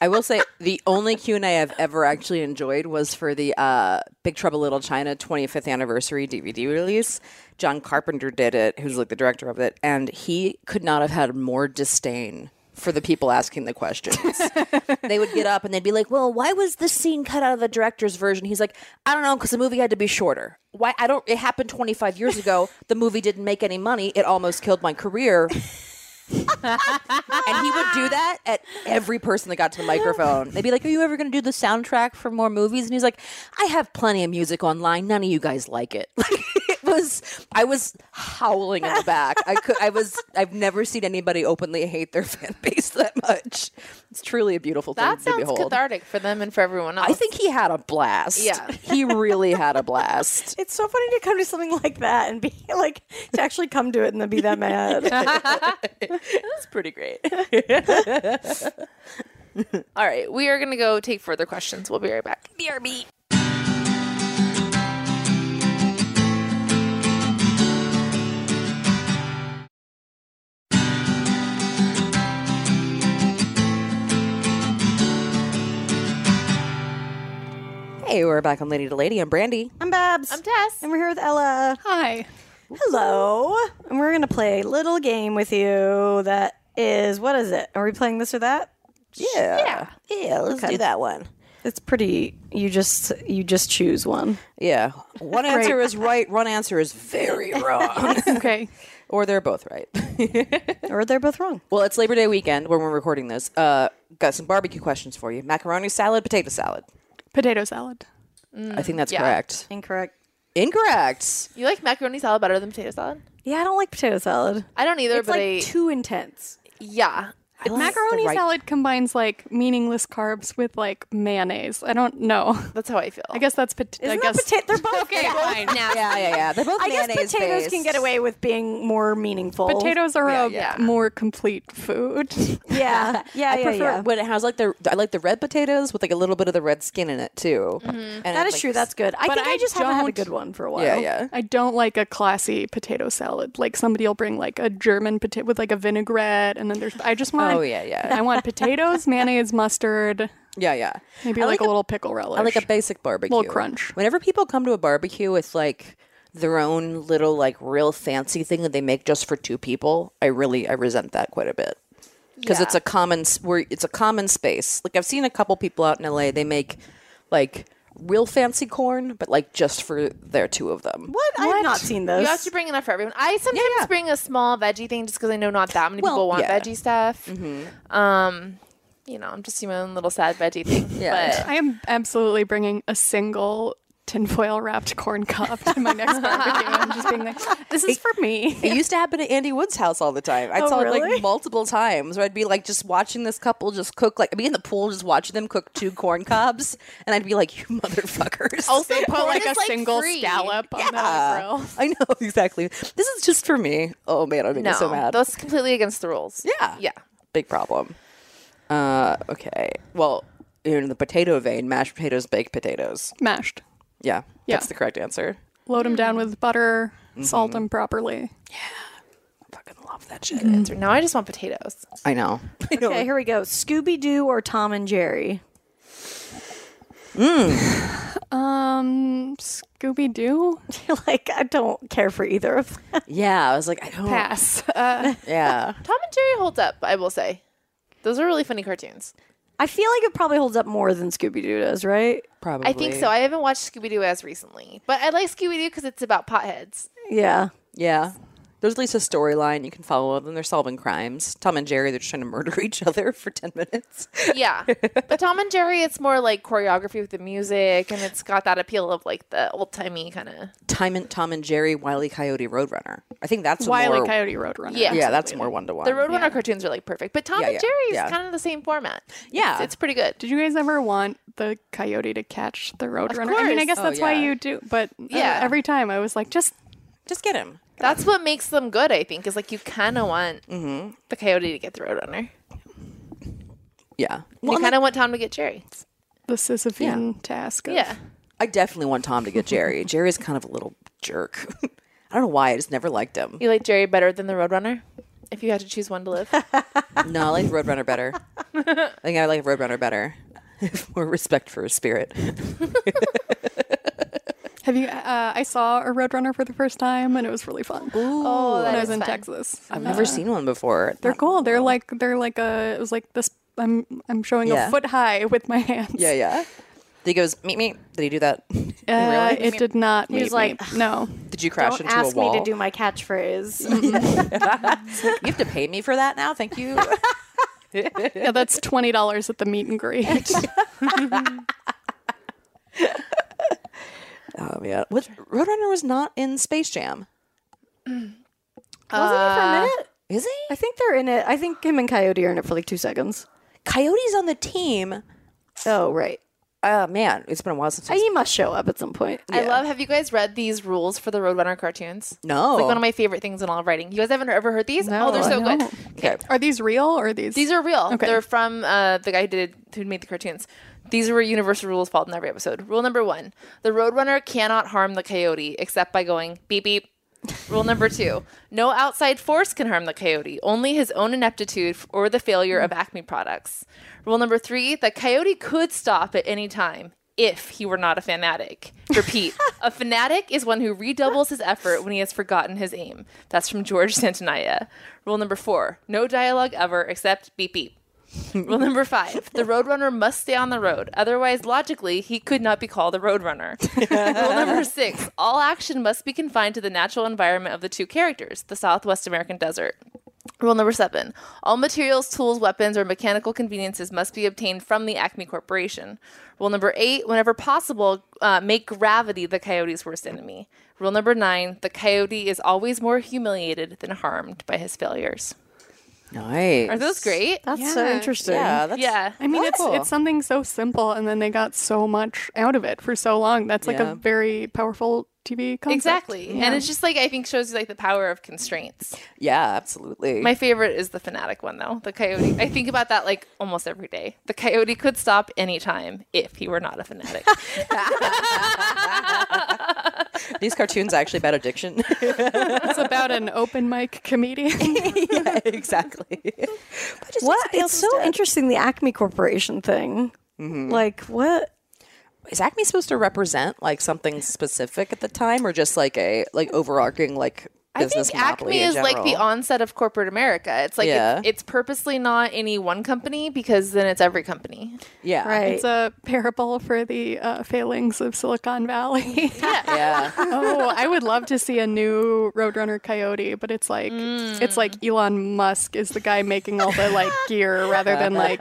B: I will say the only Q and A I've ever actually enjoyed was for the uh, Big Trouble in Little China 25th anniversary DVD release. John Carpenter did it, who's like the director of it, and he could not have had more disdain for the people asking the questions. they would get up and they'd be like, "Well, why was this scene cut out of the director's version?" He's like, "I don't know, because the movie had to be shorter. Why? I don't. It happened 25 years ago. The movie didn't make any money. It almost killed my career." and he would do that at every person that got to the microphone. They'd be like, "Are you ever going to do the soundtrack for more movies?" And he's like, "I have plenty of music online. None of you guys like it." it was I was howling in the back. I could I was I've never seen anybody openly hate their fan base that much. It's truly a beautiful thing
C: That
B: to
C: sounds
B: behold.
C: cathartic for them and for everyone else.
B: I think he had a blast.
C: Yeah.
B: He really had a blast.
A: It's so funny to come to something like that and be like to actually come to it and then be that mad.
B: It's pretty great.
C: All right, we are going to go take further questions. We'll be right back. BRB.
B: Hey, we're back on Lady to Lady. I'm Brandy.
A: I'm Babs.
C: I'm Tess.
A: And we're here with Ella.
E: Hi.
A: Hello. And we're going to play a little game with you that is, what is it? Are we playing this or that?
B: Yeah. Yeah, let's do that one.
A: It's pretty you just you just choose one.
B: Yeah. One answer is right, one answer is very wrong.
E: Okay.
B: or they're both right.
A: Or they're both wrong.
B: well, it's Labor Day weekend when we're recording this. Uh, got some barbecue questions for you. Macaroni salad, potato salad.
E: Potato salad.
B: I think that's
C: yeah.
B: correct.
A: Incorrect.
B: Incorrect.
C: You like macaroni salad better than potato salad?
A: Yeah, I don't like potato salad.
C: I don't either,
A: It's
C: but
A: like
C: I,
A: too intense.
C: yeah.
E: Macaroni
B: right-
E: salad combines like meaningless carbs with like mayonnaise. I don't know.
C: That's how I feel.
E: I guess that's pot- I
A: Isn't that
E: guess
A: potato? They're both.
E: Okay, fine.
B: Yeah, yeah, yeah. They're both
A: I guess
B: mayonnaise
A: potatoes can get away with being more meaningful.
E: Potatoes are a
C: yeah.
E: more complete food.
A: Yeah, yeah,
B: I
A: yeah.
B: prefer
A: yeah.
B: when it has like the I like the red potatoes with like a little bit of the red skin in it too. And
A: That
B: it,
A: is
B: like,
A: true. That's good. I
E: But
A: think I
E: I
A: just haven't had a
E: don't-
A: good one for a while.
B: yeah, yeah.
E: I don't like a classy potato salad. Like somebody will bring like a German potato with like a vinaigrette, and then there's I just want
B: Oh yeah, yeah,
E: I want potatoes, mayonnaise, mustard,
B: yeah, yeah.
E: maybe
B: I
E: like,
B: like
E: a, little pickle relish.
B: I like a basic barbecue.
E: Little crunch.
B: Whenever people come to a barbecue with like their own little like real fancy thing that they make just for two people, I really I resent that quite a bit. Because it's a common s- where it's a common space. Like I've seen a couple people out in LA, they make like real fancy corn, but like just for their two of them.
A: What? I've not seen those.
C: You have to bring enough for everyone. I sometimes bring a small veggie thing just because I know not that many
B: Well,
C: people want
B: yeah. Mm-hmm.
C: veggie stuff. Um, you know, I'm just doing my own little sad veggie thing.
B: Yeah.
C: But
E: I am absolutely bringing a single tinfoil wrapped corn cup to my next barbecue and just being like, this is for me.
B: It used to happen at Andy Wood's house all the time.
E: Oh,
B: I saw it
A: really?
B: like multiple times where I'd be like just watching this couple just cook, like I'd be in the pool just watching them cook two corn cobs, and I'd be like, you motherfuckers.
C: also,
E: They put
C: corn
E: like
C: is,
E: a single
C: free.
E: scallop on that grill.
B: I know exactly. This is just for me. Oh man, I'm
C: No,
B: getting so mad.
C: that's completely against the rules.
B: Yeah.
C: Yeah.
B: Big problem. Uh, okay. Well, in the potato vein, mashed potatoes, baked potatoes.
E: Mashed.
B: Yeah,
E: Yeah.
B: that's the correct answer.
E: Load them down with butter,
B: Mm-hmm.
E: salt them properly.
B: Fucking love that shit.
E: Mm-hmm.
C: Answer. Now I just want potatoes.
B: I know. I know.
A: Okay, here we go. Scooby Doo or Tom and Jerry?
E: Um, Scooby Doo?
A: like I don't care for either of them.
B: Yeah, I was like, I don't.
E: Pass. Uh,
B: Yeah.
C: Tom and Jerry holds up, I will say. Those are really funny cartoons.
A: I feel like it probably holds up more than Scooby Doo does, right?
B: Probably.
C: I think so. I haven't watched Scooby Doo as recently, but I like Scooby Doo because it's about potheads.
A: Yeah.
B: Yeah. There's at least a storyline you can follow them. They're solving crimes. Tom and Jerry, they're just trying to murder each other for 10 minutes.
C: Yeah, but Tom and Jerry, it's more like choreography with the music, and it's got that appeal of like the old timey kind of.
B: Time and Tom and Jerry, Wiley Coyote Roadrunner. I think that's a
E: Wiley
B: more,
E: E. Coyote Roadrunner.
C: Yeah.
B: Yeah, that's more one to one.
C: The Roadrunner cartoons are like perfect, but Tom
B: Yeah,
C: and
B: yeah,
C: Jerry is
B: yeah.
C: kind of the same format.
B: Yeah.
C: it's, it's pretty good.
E: Did you guys ever want the coyote to catch the roadrunner? I mean, I
C: course.
E: guess
B: Oh,
E: that's
B: yeah.
E: why you do, but
C: Yeah.
E: yeah. every time I was like, just
B: Just get him.
C: That's what makes them good, I think. Is like you kind of want the coyote to get the Roadrunner.
B: Yeah.
C: And you kind of want Tom to get Jerry.
E: the Sisyphean task. Of,
C: Yeah,
B: I definitely want Tom to get Jerry. Jerry's kind of a little jerk. I don't know why. I just never liked him.
C: you like Jerry better than the Roadrunner. If you had to choose one to live,
B: No, I like Roadrunner better. I think I like Roadrunner better. More respect for his spirit.
E: Have you? Uh, I saw a Roadrunner for the first time, and it was really fun.
C: oh,
E: when
C: that
E: I was
C: is
E: in
C: fun.
E: Texas,
B: I've never seen one before.
E: they're cool. They're like they're like a. It was like this. I'm I'm showing
B: Yeah.
E: a foot high with my hands.
B: Yeah, yeah. He goes, meet me. Did he do that?
E: Uh,
B: really?
E: It did not. He
A: was like,
E: no.
B: Did you crash
A: don't
B: into
A: ask
B: a wall?
A: me to do my catchphrase.
B: you have to pay me for that now. Thank you.
E: Yeah, that's twenty dollars at the meet and greet.
B: Oh yeah. What Roadrunner was not in Space Jam. Uh,
A: Wasn't he for a minute?
B: Is he?
A: I think they're in it. I think him and Coyote are in it for like two seconds.
B: Coyote's on the team.
A: Oh, right.
B: Oh man, it's been a while since.
A: Uh,
B: I've
A: He must show up at some point.
C: I love. Have you guys read these rules for the Roadrunner cartoons?
B: No.
C: It's like one of my favorite things in all of writing. You guys haven't ever heard these? oh, they're so good.
B: Okay.
E: Are these real or are these?
C: These are real.
E: Okay.
C: They're from uh, the guy who did who made the cartoons. These were universal rules followed in every episode. Rule number one: the Roadrunner cannot harm the coyote except by going beep beep. Rule number two: no outside force can harm the coyote, only his own ineptitude f- or the failure of Acme products. Rule number three: the coyote could stop at any time. If he were not a fanatic. Repeat, a fanatic is one who redoubles his effort when he has forgotten his aim. That's from George Santanaya. Rule number four no dialogue ever except beep beep. Rule number five: the roadrunner must stay on the road, otherwise, logically, he could not be called a roadrunner. Rule number six: all action must be confined to the natural environment of the two characters, the Southwest American desert. Rule number seven: all materials, tools, weapons, or mechanical conveniences must be obtained from the Acme Corporation. Rule number eight: whenever possible, uh, make gravity the coyote's worst enemy. Rule number nine: the coyote is always more humiliated than harmed by his failures.
B: Nice.
C: Are those great?
A: That's so
E: Yeah.
A: interesting.
B: Yeah. That's,
C: yeah.
E: I mean, it's
B: Cool.
E: it's something so simple, and then they got so much out of it for so long. That's like
B: Yeah.
E: a very powerful TV concept.
C: Exactly. And it's just like I think shows you like the power of constraints.
B: Yeah. Absolutely.
C: My favorite is the fanatic one though. The coyote. I think about that like almost every day. The coyote could stop anytime if he were not a fanatic.
B: These cartoons are actually about addiction.
E: It's about an open mic comedian.
B: yeah. Exactly. But just
A: What?
B: something
A: It's
B: else
A: so
B: instead.
A: interesting the Acme Corporation thing. Like what?
B: Is Acme supposed to represent like something specific at the time, or just like a like overarching like
C: I
B: business
C: think
B: monopoly
C: Acme
B: in
C: is like the
B: general?
C: onset of corporate America. It's like
B: Yeah.
C: it's, it's purposely not any one company because then it's every company.
B: yeah.
A: Right.
E: it's a parable for the uh, failings of Silicon Valley.
B: Yeah.
E: oh, I would love to see a new Roadrunner Coyote, but it's like it's like
B: Mm.
E: Elon Musk is the guy making all the like gear rather than like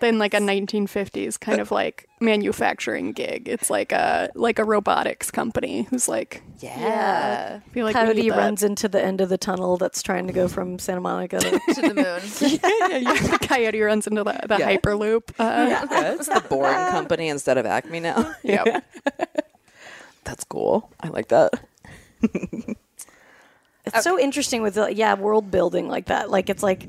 E: than like a 1950s kind of like manufacturing gig. It's like a like a robotics company who's like uh,
B: Yeah.
E: I feel like we
A: Coyote
E: need that.
A: runs into the end of the tunnel that's trying to go from Santa Monica. to-
C: To the moon.
E: Coyote runs into the, the
B: Yeah.
E: hyperloop. Uh,
B: Yeah, it's the Boring Company instead of Acme now.
E: yeah.
B: That's cool. I like that.
A: it's so interesting with the, yeah world building like that. Like it's like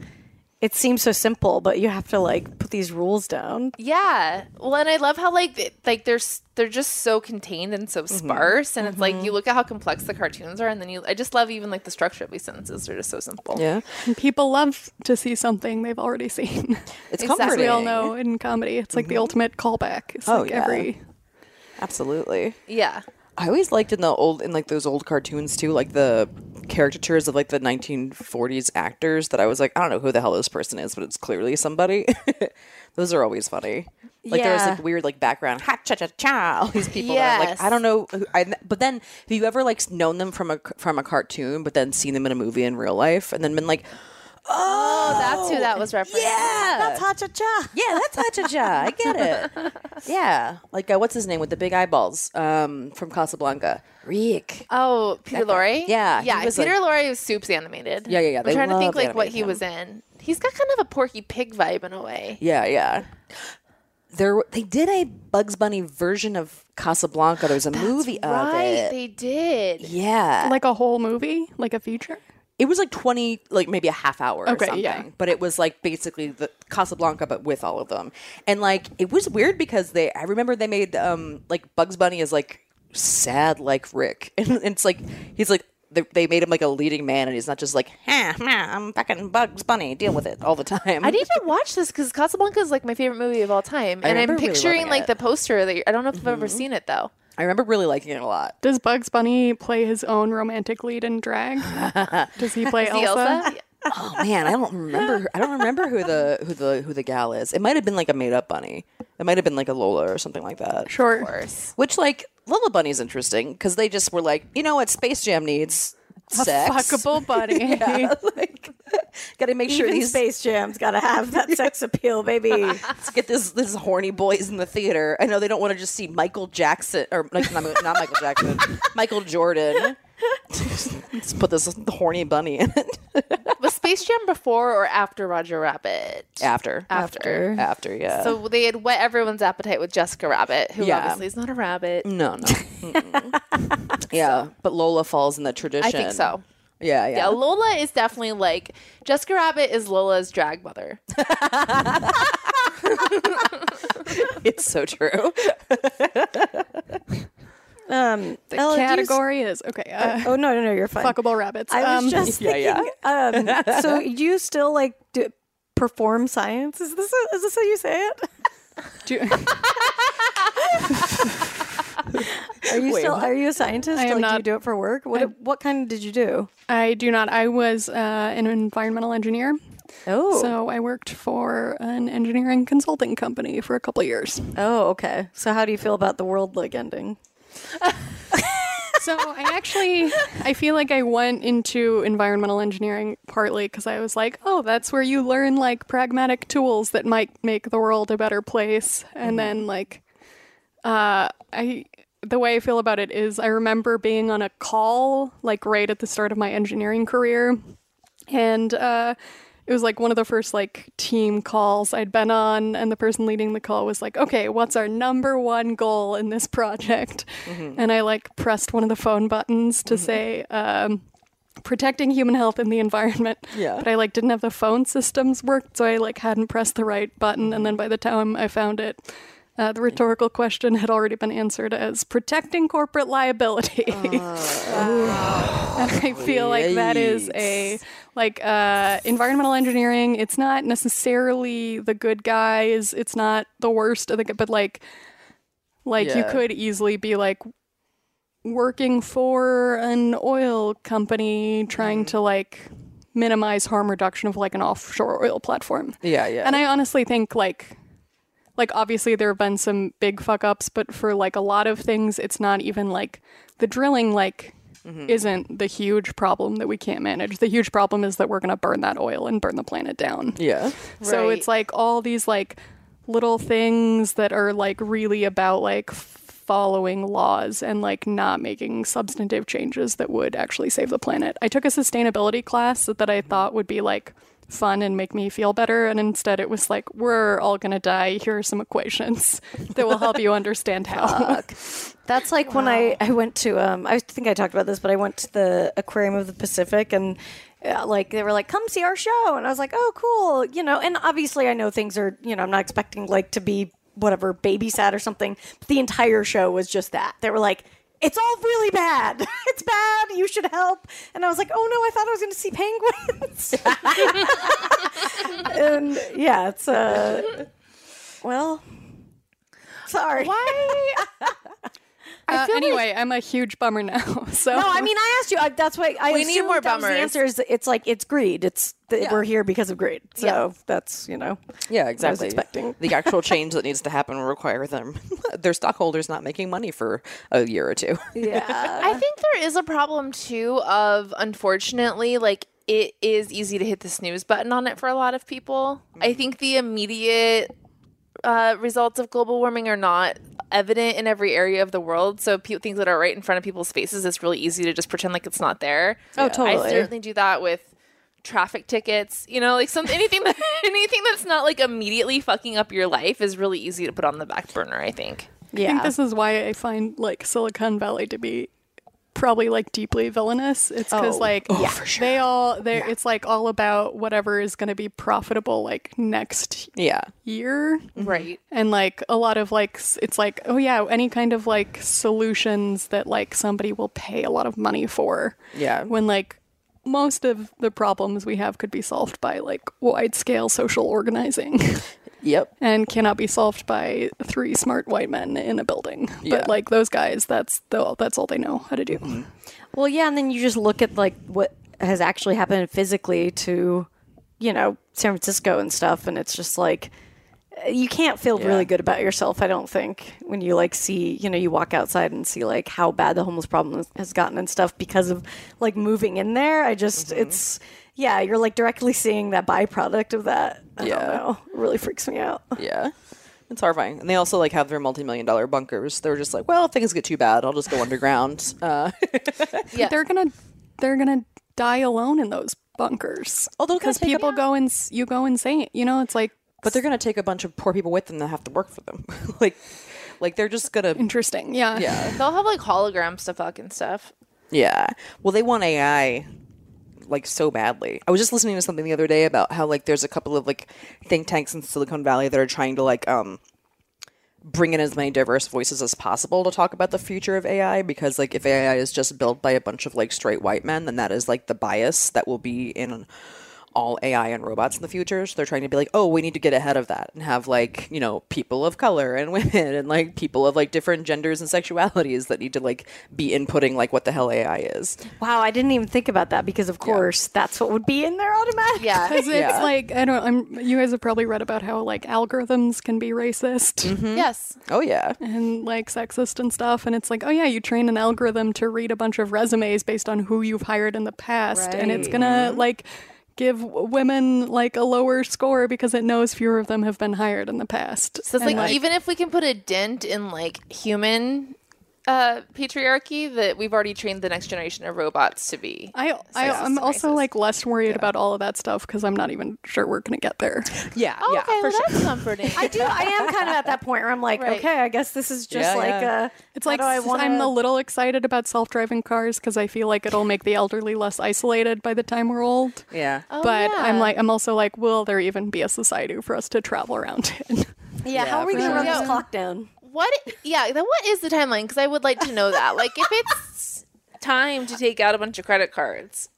A: it seems so simple, but you have to like put these rules down.
C: Yeah. Well, and I love how like th- like they're s- they're just so contained and
B: Mm-hmm.
C: so sparse, and it's like you look at how complex the cartoons are, and then you I just love even like the structure of these sentences are just so simple.
B: Yeah.
E: And people love to see something they've already seen.
B: It's
C: Exactly.
B: comforting.
E: we all know in comedy, it's like the ultimate callback. It's
B: Mm-hmm. Oh,
E: like
B: yeah.
E: every
B: Absolutely.
C: Yeah.
B: I always liked in the old in like those old cartoons too, like the caricatures of like the 1940s actors that I was like, I don't know who the hell this person is, but it's clearly somebody. those are always funny. Like there's
A: Yeah.
B: like weird like background ha cha cha cha all these people that are
C: Yes.
B: like I don't know who, I but then have you ever like known them from a from a cartoon but then seen them in a movie in real life and then been like
C: Oh, that's who that was referenced.
B: yeah
A: Ha cha cha.
B: yeah, that's Hachacha. I get it. Yeah, like uh, what's his name with the big eyeballs um, from Casablanca? Uh, Reek.
C: Oh, Peter Lorre.
B: Yeah, he
C: yeah.
B: was,
C: Peter
B: like-
C: Lorre was Soup's animated.
B: Yeah, yeah, yeah,
C: I'm
B: they
C: trying to think
B: love
C: like what he
B: animating
C: was in. He's got kind of a Porky Pig vibe in a way.
B: Yeah, yeah. There, they did a Bugs Bunny version of Casablanca. There was a movie
C: right,
B: of it.
C: they did.
B: yeah,
E: like a whole movie, like a feature.
B: it was like twenty, like maybe a half hour or
E: Okay,
B: something.
E: yeah.
B: But it was like basically the Casablanca, but with all of them. And like it was weird because they, I remember they made um like Bugs Bunny is like sad like Rick, and it's like he's like they, they made him like a leading man, and he's not just like ha, ha I'm fucking Bugs Bunny, deal with it all the time.
C: I need to watch this because Casablanca is like my favorite movie of all time,
B: I
C: and I'm
B: remember really
C: picturing
B: loving
C: like
B: it. Mm-hmm.
C: the poster. That you- I don't know if I've ever seen it though.
B: I remember really liking it a lot.
E: Does Bugs Bunny play his own romantic lead in drag? Does he play
C: The
E: Elsa?
C: Elsa?
B: Oh man, I don't remember. I don't remember who the who the who the gal is. It might have been like a made up bunny. It might have been like a Lola or something like that.
E: Sure.
B: Which like Lola bunny's interesting because they just were like, you know what, Space Jam needs sex.
E: Fuckable bunny.
B: Yeah, like Got to make sure
A: Even
B: these
A: Space Jam's got to have that sex appeal, baby.
B: let's get this this horny boys in the theater. I know they don't want to just see Michael Jackson or like, not, not Michael Jackson, Michael Jordan. Let's put this horny bunny in it
C: Was Space Jam before or after Roger Rabbit?
B: after
C: After.
B: after yeah.
C: So they had whet everyone's appetite with Jessica Rabbit, who
B: Yeah.
C: obviously is not a rabbit.
B: no, no. Mm-mm. yeah, but Lola falls in the tradition.
C: I think so.
B: Yeah,
C: Yeah,
B: yeah.
C: Lola is definitely like Jessica Rabbit is Lola's drag mother.
B: it's so true.
A: Um,
E: The
A: Ella, do you s-
E: category is okay. Uh,
A: Oh no, no, no, you're fine.
E: fuckable rabbits.
A: I was
E: Um,
A: just
B: yeah, yeah.
A: thinking. Um, so you still like do, perform science? Is this is this how you say it?
E: do-
A: Are you
B: Wait,
A: still
B: what?
A: are you a scientist?
E: I am
A: like, do you
E: not-
A: do it for work? What what kind did you do?
E: I do not. I was uh, an environmental engineer.
A: Oh,
E: So I worked for an engineering consulting company for a couple years.
A: oh, okay. So how do you feel about the world like ending?
E: So I actually, I feel like I went into environmental engineering partly because I was like, oh, that's where you learn like pragmatic tools that might make the world a better place. And then like, uh, I the way I feel about it is I remember being on a call like right at the start of my engineering career, and uh, it was like one of the first like team calls I'd been on, and the person leading the call was like, "Okay, what's our number one goal in this project?" And I like pressed one of the phone buttons to say. Um, protecting human health and the environment
B: Yeah.
E: but i like didn't have the phone systems worked so i like hadn't pressed the right button and then by the time i found it uh, the rhetorical question had already been answered as protecting corporate liability And I feel like that is a like uh, environmental engineering. It's not necessarily the good guys. It's not the worst of the good, but like like you
B: Yeah.
E: could easily be like working for an oil company trying to like minimize harm reduction of like an offshore oil platform.
B: Yeah, yeah.
E: And I honestly think like like obviously there have been some big fuck ups, but for like a lot of things it's not even like the drilling like isn't the huge problem that we can't manage. The huge problem is that we're gonna burn that oil and burn the planet down.
B: yeah.
E: So it's like all these like little things that are like really about like following laws and like not making substantive changes that would actually save the planet. I took a sustainability class that I thought would be like fun and make me feel better and instead it was like we're all going to die here are some equations that will help you understand how
A: That's like when I, I went to um I think I talked about this, but I went to the Aquarium of the Pacific and uh, like they were like come see our show and I was like oh cool you know and obviously I know things are you know I'm not expecting like to be whatever babysat or something but the entire show was just that they were like it's all really bad it's bad you should help and I was like oh no I thought I was going to see penguins and yeah it's uh well sorry
E: why uh, anyway i'm a huge bummer now so
A: No, I mean I asked you. I, that's why I
C: We need
A: assumed
C: more
A: that was The
C: bummers.
A: answer is it's like it's greed. It's that we're here because of greed. So
C: Yeah.
A: that's you know.
B: Yeah, exactly.
A: expecting.
B: The actual change that needs to happen will require them their stockholders not making money for a year or two.
A: Yeah.
C: I think there is a problem too of unfortunately like it is easy to hit the snooze button on it for a lot of people. I think the immediate uh, results of global warming are not evident in every area of the world. So pe- things that are right in front of people's faces, it's really easy to just pretend like it's not there.
A: Oh,
C: I
A: totally.
C: certainly do that with traffic tickets. You know, like some anything that, anything that's not like immediately fucking up your life is really easy to put on the back burner. I think.
E: I think this is why I find like Silicon Valley to be probably like deeply villainous. It's
B: Oh.
E: because like they all they it's like all about whatever is going to be profitable like next
B: yeah.
E: year.
C: Right.
E: And like a lot of like s- it's like oh yeah any kind of like solutions that like somebody will pay a lot of money for.
B: Yeah.
E: When like most of the problems we have could be solved by like wide scale social organizing.
B: Yep.
E: and cannot be solved by three smart white men in a building.
B: Yeah. Mm-hmm.
E: But like those guys, that's the, that's all they know how to do.
A: well, yeah, and then you just look at like what has actually happened physically to, you know, San Francisco and stuff, and it's just like eh, you can't feel really good about yourself, I don't think, when you like see, you know, you walk outside and see like how bad the homeless problem has- has gotten and stuff because of like moving in there. I just, it's, yeah, you're like directly seeing that byproduct of that. I
B: Yeah.
A: don't know. It really freaks me out.
B: Yeah. It's horrifying. And they also like have their multi-million dollar bunkers. They're just like, well, if things get too bad, I'll just go underground. Uh,
C: Yeah.
E: They're gonna they're gonna die alone in those bunkers.
B: Although, can I
E: because
B: take a-
E: people go and you go insane, you know, it's like
B: but they're going to take a bunch of poor people with them that have to work for them. like like they're just going to
E: interesting. Yeah,
B: yeah.
C: They'll have like holograms to fuck and stuff.
B: Yeah. Well, they want AI like so badly. I was just listening to something the other day about how like there's a couple of like think tanks in Silicon Valley that are trying to like um bring in as many diverse voices as possible to talk about the future of AI because like if AI is just built by a bunch of like straight white men, then that is like the bias that will be in all AI and robots in the future. So they're trying to be like, oh, we need to get ahead of that and have like, you know, people of color and women and like people of like different genders and sexualities that need to like be inputting like what the hell AI is.
A: Wow, I didn't even think about that because, of course, that's what would be in there automatically.
C: Yeah.
E: 'Cause it's like I don't. I'm, you guys have probably read about how like algorithms can be
B: Mm-hmm.
E: racist
C: Yes.
B: Oh yeah.
E: and like sexist and stuff. And it's like, oh yeah, you train an algorithm to read a bunch of resumes based on who you've hired in the past, and it's gonna like give w- women like a lower score because it knows fewer of them have been hired in the past.
C: So it's like, even if we can put a dent in like human uh, patriarchy that we've already trained the next generation of robots to be.
E: I, I I'm also like less worried about all of that stuff because I'm not even sure we're gonna get there.
B: Yeah.
C: Oh,
B: yeah.
C: okay, well, that's comforting.
A: I do. I am kind of at that point where I'm like,
C: Right.
A: okay, I guess this is just
B: Yeah,
A: like
B: yeah.
A: a.
E: It's like
A: I
E: s- I'm
A: wanna-
E: a little excited about self-driving cars because I feel like it'll make the elderly less isolated by the time we're old.
B: Yeah.
C: Oh,
E: but I'm
C: yeah.
E: like, I'm also like, will there even be a society for us to travel around in?
A: Yeah, how are we
B: for
A: going to run
C: sure.
A: this
C: Yeah.
A: clock down?
C: what? Yeah, then what is the timeline? Because I would like to know that. Like, if it's time to take out a bunch of credit cards.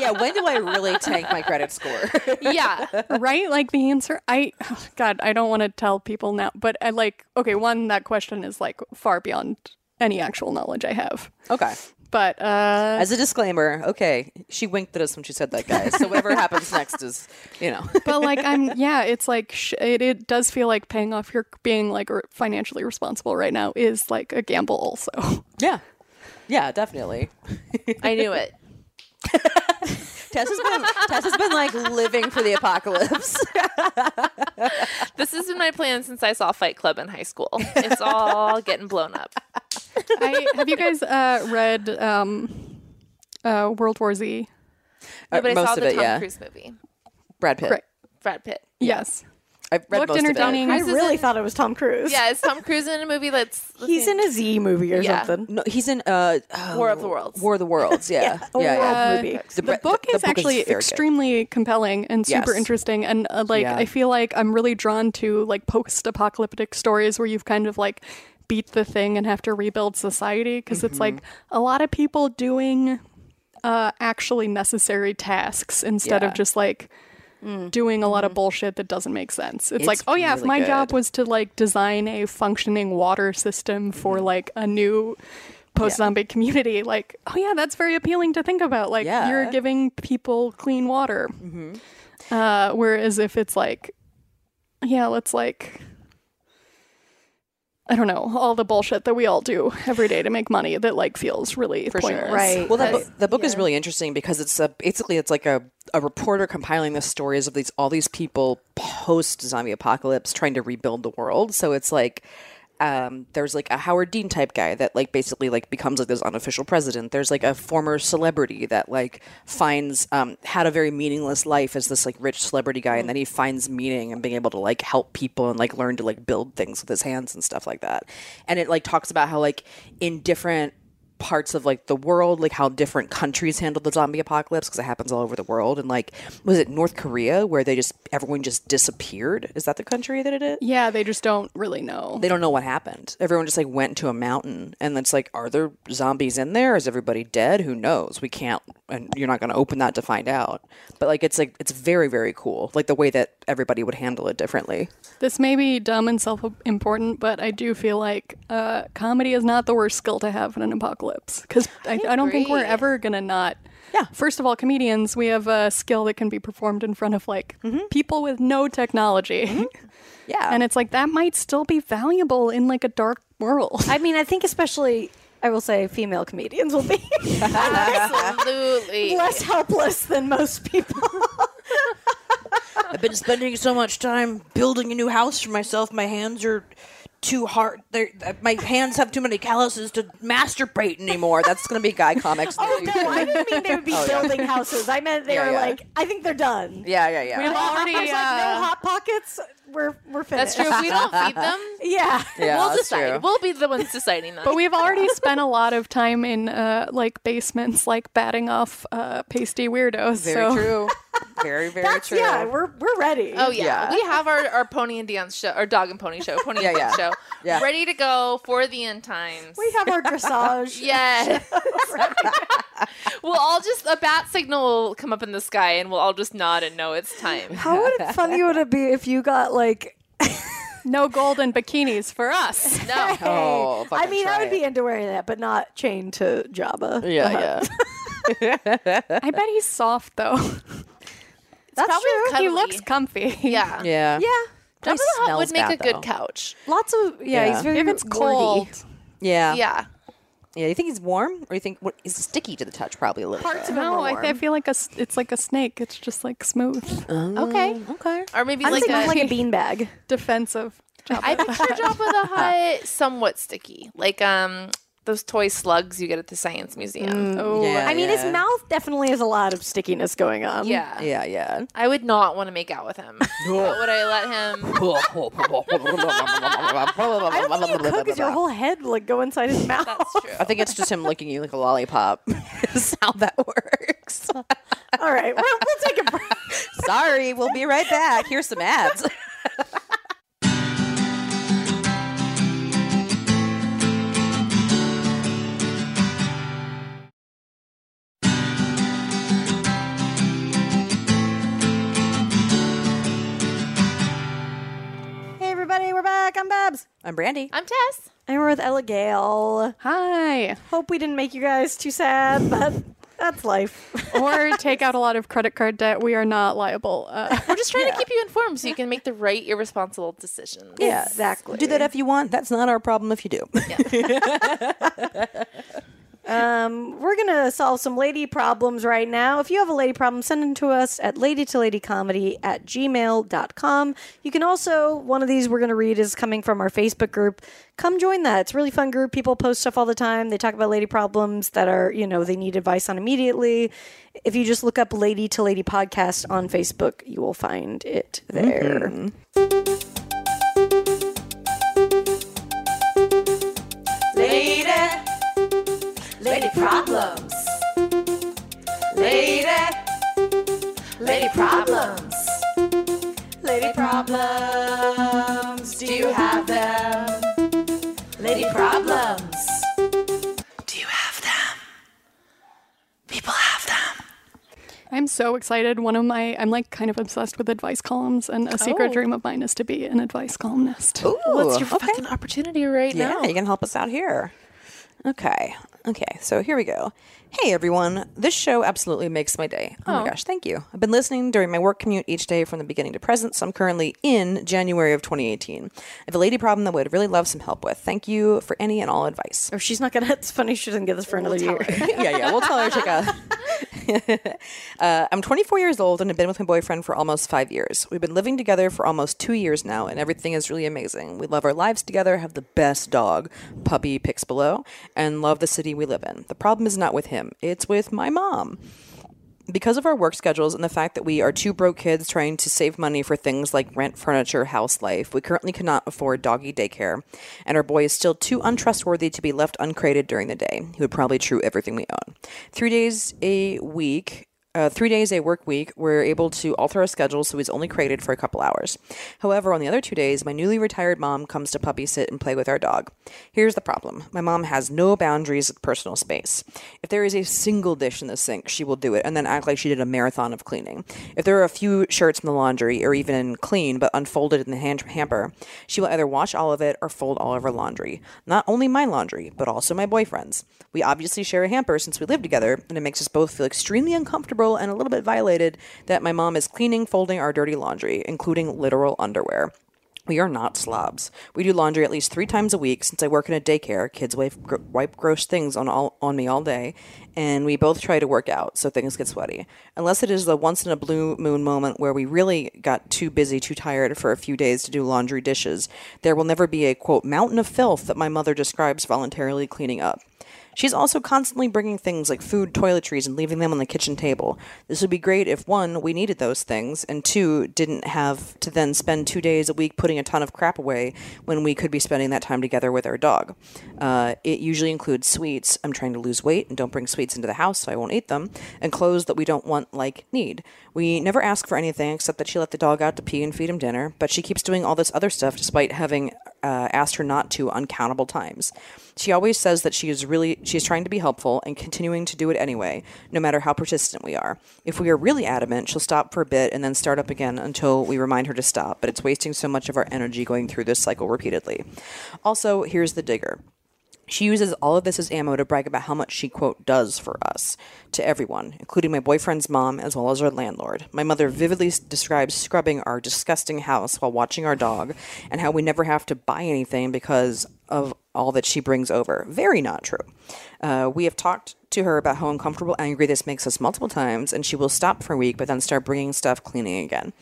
B: yeah. When do I really tank my credit score?
C: Yeah.
E: right? Like the answer, I, God, I don't want to tell people now, but I like, okay, one, that question is like far beyond any actual knowledge I have.
B: okay.
E: But uh,
B: As a disclaimer, okay, she winked at us when she said that, guys. So whatever happens next is, you know.
E: but like I'm yeah, it's like sh- it, it does feel like paying off your being like re- financially responsible right now is like a gamble also.
B: yeah. Yeah, definitely.
C: I knew it.
B: Tess has been Tess has been like living for the apocalypse.
C: This has been my plan since I saw Fight Club in high school. It's all getting blown up.
E: I have you guys uh read um uh World War Z?
B: Uh,
C: But I
B: most
C: saw
B: of
C: the
B: it,
C: Tom
B: yeah.
C: Cruise movie,
B: Brad Pitt.
E: Right.
C: Brad Pitt.
E: Yes.
B: I've Uh, read
E: Looked
B: most
E: entertaining.
B: of
A: I
E: This
A: really thought it was Tom Cruise.
C: Yeah, is Tom Cruise in a movie that's
A: He's in a Z movie or
C: Yeah.
B: it.
A: something.
B: No, he's in uh, oh,
C: War of the Worlds.
B: War of the Worlds. Yeah,
A: A
B: yeah, yeah.
A: world movie.
B: The,
E: the book is actually
B: very good.
E: extremely compelling and super
B: Yes.
E: interesting and uh, like
B: Yeah.
E: i feel like i'm really drawn to like post-apocalyptic stories where you've kind of like beat the thing and have to rebuild society because it's like
B: Mm-hmm.
E: a lot of people doing uh, actually necessary tasks instead
B: Yeah. Mm. Mm-hmm.
E: of just like doing a lot of bullshit that doesn't make sense. It's, like,
B: It's
E: oh yeah, if
B: really
E: my job
B: good.
E: was to like design a functioning water system
B: Mm-hmm.
E: for like a new post zombie community, like, oh yeah, that's very appealing to think about. Like
B: Yeah. Mm-hmm.
E: you're giving people clean water. Uh, whereas if it's like, yeah, let's like. I don't know all the bullshit that we all do every day to make money that like feels really
B: for
E: pointless.
B: sure.
A: Right,
B: Well, that
A: right.
B: book, the book is really interesting because it's a basically it's like a, a reporter compiling the stories of these all these people post zombie apocalypse trying to rebuild the world. So it's like. Um, there's like a Howard Dean type guy that like basically like becomes like this unofficial president. There's like a former celebrity that like finds um, had a very meaningless life as this like rich celebrity guy, and then he finds meaning and being able to like help people and like learn to like build things with his hands and stuff like that. And it like talks about how like in different parts of like the world, like how different countries handle the zombie apocalypse because it happens all over the world. And like, was it North Korea where they just everyone just disappeared? Is that the country that it is?
E: Yeah, they just don't really know.
B: They don't know what happened. Everyone just like went to a mountain, and it's like, are there zombies in there? Is everybody dead? Who knows? We can't, and you're not going to open that to find out. But like, it's like it's very very cool, like the way that everybody would handle it differently.
E: This may be dumb and self important, but I do feel like uh, comedy is not the worst skill to have in an apocalypse because I, I, don't think we're
C: agree.
E: ever gonna not yeah, first of all, comedians, we have a skill that can be performed in front of like people with no technology.
B: Yeah.
E: And it's like that might still be valuable in like a dark world.
A: I mean, I think especially, I will say, female comedians will be
C: Absolutely.
A: less helpless than most people.
F: I've been spending so much time building a new house for myself. My hands are too hard. They're, my hands have too many calluses to masturbate anymore.
B: Or that's going to be guy comics. in the
A: oh no,
B: future.
A: I didn't mean they would be building houses. I meant they
B: Yeah,
A: were
B: yeah.
A: like, I think they're done.
B: Yeah, yeah, yeah.
E: already,
A: There's like
E: uh,
A: no hot pockets. We're we're
C: That's
A: finished.
C: true. If we don't feed them,
A: Yeah.
B: yeah
C: we'll
B: that's
C: decide.
B: true.
C: We'll be the ones deciding that.
E: But we've already spent a lot of time in uh, like basements, like batting off uh, pasty weirdos.
B: Very
E: so
B: true. Very, very
A: That's
B: true.
A: yeah. We're we're ready.
C: Oh yeah.
B: Yeah.
C: we have our, our pony and Dion's show, our dog and pony show, pony
B: Yeah,
C: and Dion's
B: yeah.
C: show,
B: Yeah.
C: ready to go for the end times.
A: We have our dressage.
C: Yes. we'll all just a bat signal will come up in the sky, and we'll all just nod and know it's time.
A: How would it funny would it be if you got like?
E: no golden bikinis for us.
C: No.
B: Oh,
A: I
B: fucking
A: mean,
B: try
A: I would
B: it.
A: be into wearing that, but not chained to Jabba.
B: Yeah, yeah.
E: I bet he's soft though.
A: That's
C: probably
A: true.
C: cut-
E: he
C: Cuddly.
E: looks comfy.
C: Yeah.
A: yeah,
B: Yeah.
C: Jabba the Hutt would
B: smells
C: make
B: bad,
C: a good
B: though.
C: couch.
A: lots of yeah.
B: Yeah.
A: He's very
E: If it's
A: wordy.
E: cold,
B: Yeah. Yeah.
C: Yeah.
B: You think he's warm or you think what, he's sticky to the touch probably a little
A: Parts
B: bit.
A: of him
E: no,
A: are
E: I,
A: warm.
E: I feel like a, s- it's like a snake. It's just like smooth,
C: Okay.
B: Okay.
C: Or maybe
A: I'm
C: like
A: thinking
C: a,
A: like a beanbag.
E: defensive. Job.
C: I picture Jabba the Hutt somewhat sticky, like um those toy slugs you get at the science
B: Mm.
C: museum.
E: oh,
B: Yeah,
A: I mean,
B: yeah.
A: his mouth definitely has a lot of stickiness going on.
C: Yeah.
B: Yeah, yeah.
C: I would not want to make out with him. but would I let him?
A: I don't think you could because your whole head would, like go inside his mouth.
C: That's true.
B: I think it's just him licking you like a lollipop. That's how that works.
A: All right, we'll, we'll take a break.
B: Sorry, we'll be right back. Here's some ads.
A: Hey everybody, we're back. I'm Babs.
B: I'm Brandy.
C: I'm Tess.
A: And we're with Ella Gale.
E: Hi.
A: Hope we didn't make you guys too sad, but that's life.
E: or take out a lot of credit card debt. We are not liable. Uh,
C: We're just trying to keep you informed so you can make the right irresponsible decisions.
A: exactly.
B: Do that if you want. That's not our problem if you do.
A: Um, we're gonna solve some lady problems right now. If you have a lady problem, send them to us at ladytoladycomedy at gmail.com. You can also one of these we're gonna read is coming from our Facebook group. Come join that. It's a really fun group. People post stuff all the time. They talk about lady problems that are, you know, they need advice on immediately. If you just look up Lady to Lady Podcast on Facebook, you will find it there.
E: I'm so excited. One of my, I'm like kind of obsessed with advice columns, and a secret dream of mine is to be an advice columnist.
B: What's your
C: Fucking opportunity right
B: Yeah,
C: now.
B: you can help us out here. Okay. Okay. So here we go. Hey, everyone. This show absolutely makes my day. Oh, my gosh. Thank you. I've been listening during my work commute each day from the beginning to present. So I'm currently in January of 2018. I have a lady problem that I would really love some help with. Thank you for any and all advice.
A: Or Oh, she's not gonna it's funny she doesn't get this for another year.
B: yeah, yeah. We'll tell her to check out. uh, I'm 24 years old and have been with my boyfriend for almost five years. We've been living together for almost two years now, and everything is really amazing. We love our lives together, have the best dog, puppy picks below, and love the city we live in. The problem is not with him, it's with my mom because of our work schedules and the fact that we are two broke kids trying to save money for things like rent, furniture, house life, we currently cannot afford doggy daycare, and our boy is still too untrustworthy to be left uncrated during the day. He would probably chew everything we own. Three days a week uh, three days a work week, we're able to alter our schedule so he's only crated for a couple hours. However, on the other two days, my newly retired mom comes to puppy sit and play with our dog. Here's the problem my mom has no boundaries with personal space. If there is a single dish in the sink, she will do it and then act like she did a marathon of cleaning. If there are a few shirts in the laundry or even clean but unfolded in the hand- hamper, she will either wash all of it or fold all of her laundry. Not only my laundry, but also my boyfriend's. We obviously share a hamper since we live together, and it makes us both feel extremely uncomfortable and a little bit violated that my mom is cleaning, folding our dirty laundry, including literal underwear. We are not slobs. We do laundry at least three times a week since I work in a daycare. Kids wipe, gr- wipe gross things on all on me all day, and we both try to work out so things get sweaty. Unless it is the once in a blue moon moment where we really got too busy, too tired for a few days to do laundry dishes, there will never be a quote mountain of filth that my mother describes voluntarily cleaning up. She's also constantly bringing things like food, toiletries, and leaving them on the kitchen table. This would be great if one, we needed those things, and two, didn't have to then spend two days a week putting a ton of crap away when we could be spending that time together with our dog. Uh, it usually includes sweets. I'm trying to lose weight and don't bring sweets into the house, so I won't eat them, and clothes that we don't want, like need. We never ask for anything except that she let the dog out to pee and feed him dinner, but she keeps doing all this other stuff despite having uh, asked her not to uncountable times. She always says that she is really she is trying to be helpful and continuing to do it anyway, no matter how persistent we are. If we are really adamant, she'll stop for a bit and then start up again until we remind her to stop, but it's wasting so much of our energy going through this cycle repeatedly. Also, here's the digger. She uses all of this as ammo to brag about how much she, quote, does for us to everyone, including my boyfriend's mom as well as our landlord. My mother vividly s- describes scrubbing our disgusting house while watching our dog and how we never have to buy anything because of all that she brings over. Very not true. Uh, we have talked to her about how uncomfortable and angry this makes us multiple times, and she will stop for a week but then start bringing stuff cleaning again.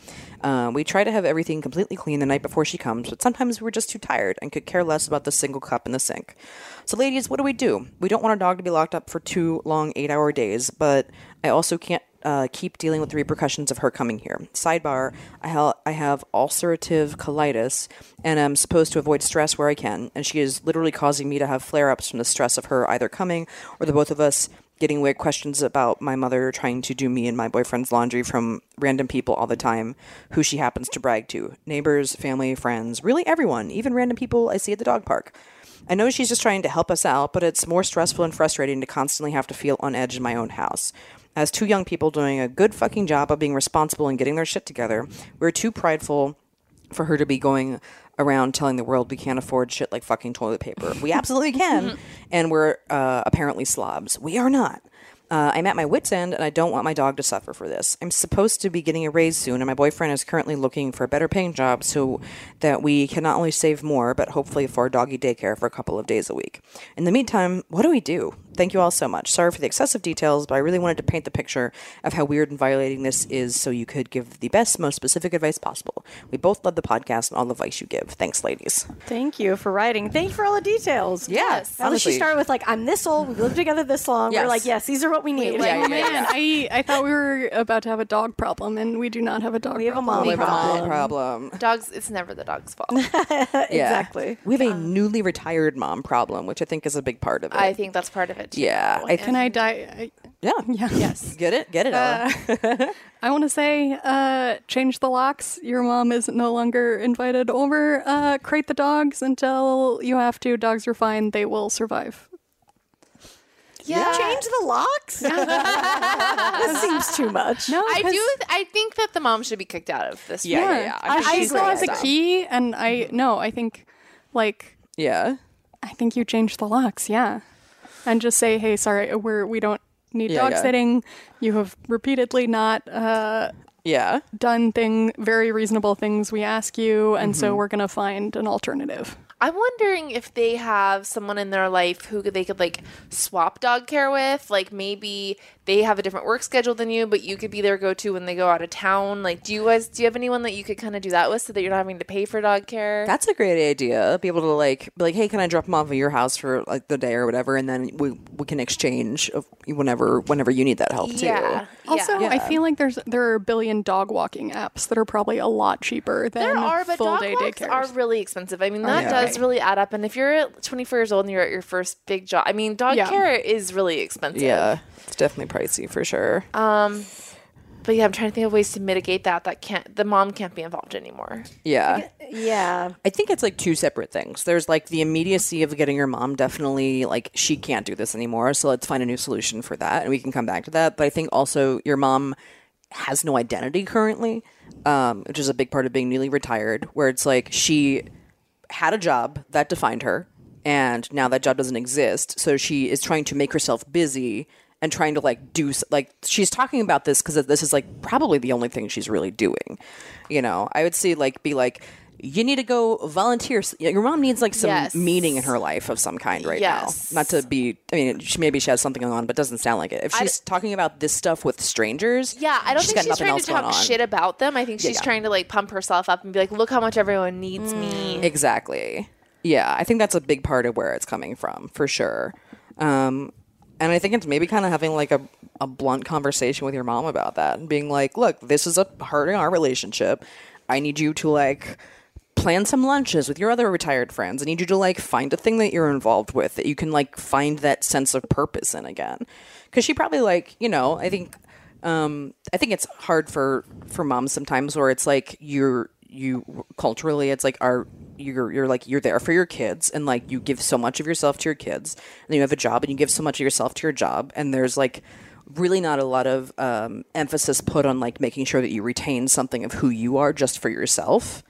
B: Uh, we try to have everything completely clean the night before she comes, but sometimes we're just too tired and could care less about the single cup in the sink. So, ladies, what do we do? We don't want our dog to be locked up for two long eight hour days, but I also can't uh, keep dealing with the repercussions of her coming here. Sidebar: I, ha- I have ulcerative colitis, and I'm supposed to avoid stress where I can. And she is literally causing me to have flare-ups from the stress of her either coming or the both of us getting weird questions about my mother trying to do me and my boyfriend's laundry from random people all the time who she happens to brag to neighbors family friends really everyone even random people i see at the dog park I know she's just trying to help us out, but it's more stressful and frustrating to constantly have to feel on edge in my own house. As two young people doing a good fucking job of being responsible and getting their shit together, we're too prideful for her to be going around telling the world we can't afford shit like fucking toilet paper. We absolutely can, and we're uh, apparently slobs. We are not. Uh, I'm at my wit's end, and I don't want my dog to suffer for this. I'm supposed to be getting a raise soon, and my boyfriend is currently looking for a better paying job so that we can not only save more, but hopefully afford doggy daycare for a couple of days a week. In the meantime, what do we do? Thank you all so much. Sorry for the excessive details, but I really wanted to paint the picture of how weird and violating this is so you could give the best, most specific advice possible. We both love the podcast and all the advice you give. Thanks, ladies.
A: Thank you for writing. Thank you for all the details.
B: Yes,
A: At least she
B: honestly.
A: started with like, I'm this old. We lived together this long. We're
B: Yes.
A: like, yes, these are what we need.
E: Oh man, I I thought we were about to have a dog problem, and we do not have a dog.
A: We have a
E: problem.
A: mom
B: We have a
A: problem.
B: mom problem.
C: Dogs, it's never the dog's fault.
B: Yeah.
A: Exactly.
B: We have a newly retired mom problem, which I think is a big part of it.
C: I think that's part of it. Too.
B: yeah. I
E: Can I die? I,
B: Yeah.
E: yeah. Yes.
B: Get it? Get it, Ella.
E: I want to say, uh, change the locks. Your mom is no longer invited over. Uh, crate the dogs until you have to. Dogs are fine. They will survive.
C: yeah.
A: Change the locks? this seems too much. No.
C: I do. I think that the mom should be kicked out of this.
B: Yeah,
C: room.
B: yeah, yeah.
E: I,
B: I'm sure
E: I
B: she's
E: still
B: great
E: has
B: at
E: a
B: that.
E: key, and I no. I think, like,
B: Yeah.
E: I think you change the locks. Yeah, and just say, hey, sorry, we're we don't need
B: Yeah,
E: dog
B: yeah.
E: sitting. You have repeatedly not. Uh,
B: Yeah.
E: done thing very reasonable things we ask you
A: Mm-hmm.
E: and so we're going to find an alternative
C: I'm wondering if they have someone in their life who they could like swap dog care with. Like maybe they have a different work schedule than you, but you could be their go-to when they go out of town. Like, do you guys do you have anyone that you could kind of do that with so that you're not having to pay for dog care?
B: That's a great idea. Be able to like be like, hey, can I drop him off at your house for like the day or whatever, and then we we can exchange of- whenever whenever you need that help too.
C: yeah.
E: also i feel like there's there are a billion dog walking apps that are probably a lot cheaper than
C: There are, but
E: full
C: dog
E: day
C: walks
E: daycares
C: are really expensive. I mean, that
B: Oh, yeah.
C: does really add up. And if you're 24 years old and you're at your first big job, I mean, dog
E: Yeah.
C: care is really expensive.
B: yeah, it's definitely pricey for sure.
C: Um, but yeah, I'm trying to think of ways to mitigate that. That can't the mom can't be involved anymore.
B: yeah.
A: Yeah.
B: I think it's like two separate things. There's like the immediacy of getting your mom definitely like she can't do this anymore, so let's find a new solution for that and we can come back to that. But I think also your mom has no identity currently, um, which is a big part of being newly retired, where it's like she had a job that defined her and now that job doesn't exist, so she is trying to make herself busy and trying to like do s- like she's talking about this because this is like probably the only thing she's really doing. You know, I would say like be like you need to go volunteer. s- Your mom needs like some
C: Yes.
B: meaning in her life of some kind right
C: Yes.
B: now. Not to be, I mean, she maybe she has something going on, but doesn't sound like it. If she's talking about this stuff with strangers,
C: Yeah, I don't
B: she's
C: think
B: got
C: she's
B: nothing
C: trying
B: else
C: to
B: going
C: talk
B: on.
C: shit about them. I think she's
B: yeah.
C: trying to like pump herself up and be like, look how much everyone needs me.
B: Exactly. Yeah, I think that's a big part of where it's coming from for sure. Um, and I think it's maybe kind of having like a, a blunt conversation with your mom about that and being like, look, this is a hurt in our relationship. I need you to like plan some lunches with your other retired friends. I need you to like find a thing that you're involved with that you can like find that sense of purpose in again. Cause she probably like, you know, I think um, I think it's hard for for moms sometimes where it's like you're you culturally it's like are you're you're like you're there for your kids and like you give so much of yourself to your kids and you have a job and you give so much of yourself to your job and there's like really not a lot of um, emphasis put on like making sure that you retain something of who you are just for yourself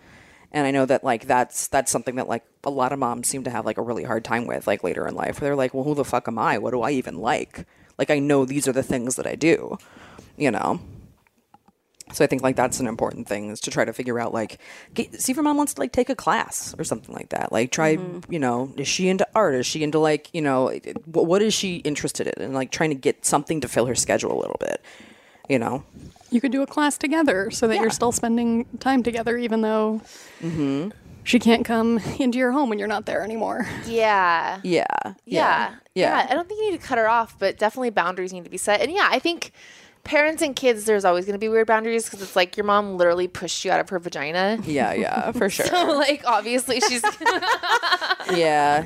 B: and I know that like that's that's something that like a lot of moms seem to have like a really hard time with like later in life where they're like, well, who the fuck am I? What do I even like? Like I know these are the things that I do, you know. So I think like that's an important thing is to try to figure out like get, see if your mom wants to like take a class or something like that. Like try you know is she into art? Is she into like you know wh- what is she interested in? And like trying to get something to fill her schedule a little bit, you know.
E: You could do a class together so that you're still spending time together, even though
C: Mm-hmm.
E: she can't come into your home when you're not there anymore.
C: Yeah.
B: Mm. Yeah.
C: Yeah.
B: Yeah.
C: I don't think you need to cut her off, but definitely boundaries need to be set. And yeah, I think parents and kids, there's always going to be weird boundaries because it's like your mom literally pushed you out of her vagina.
B: Yeah, yeah, for sure.
C: like, obviously, she's.
B: yeah.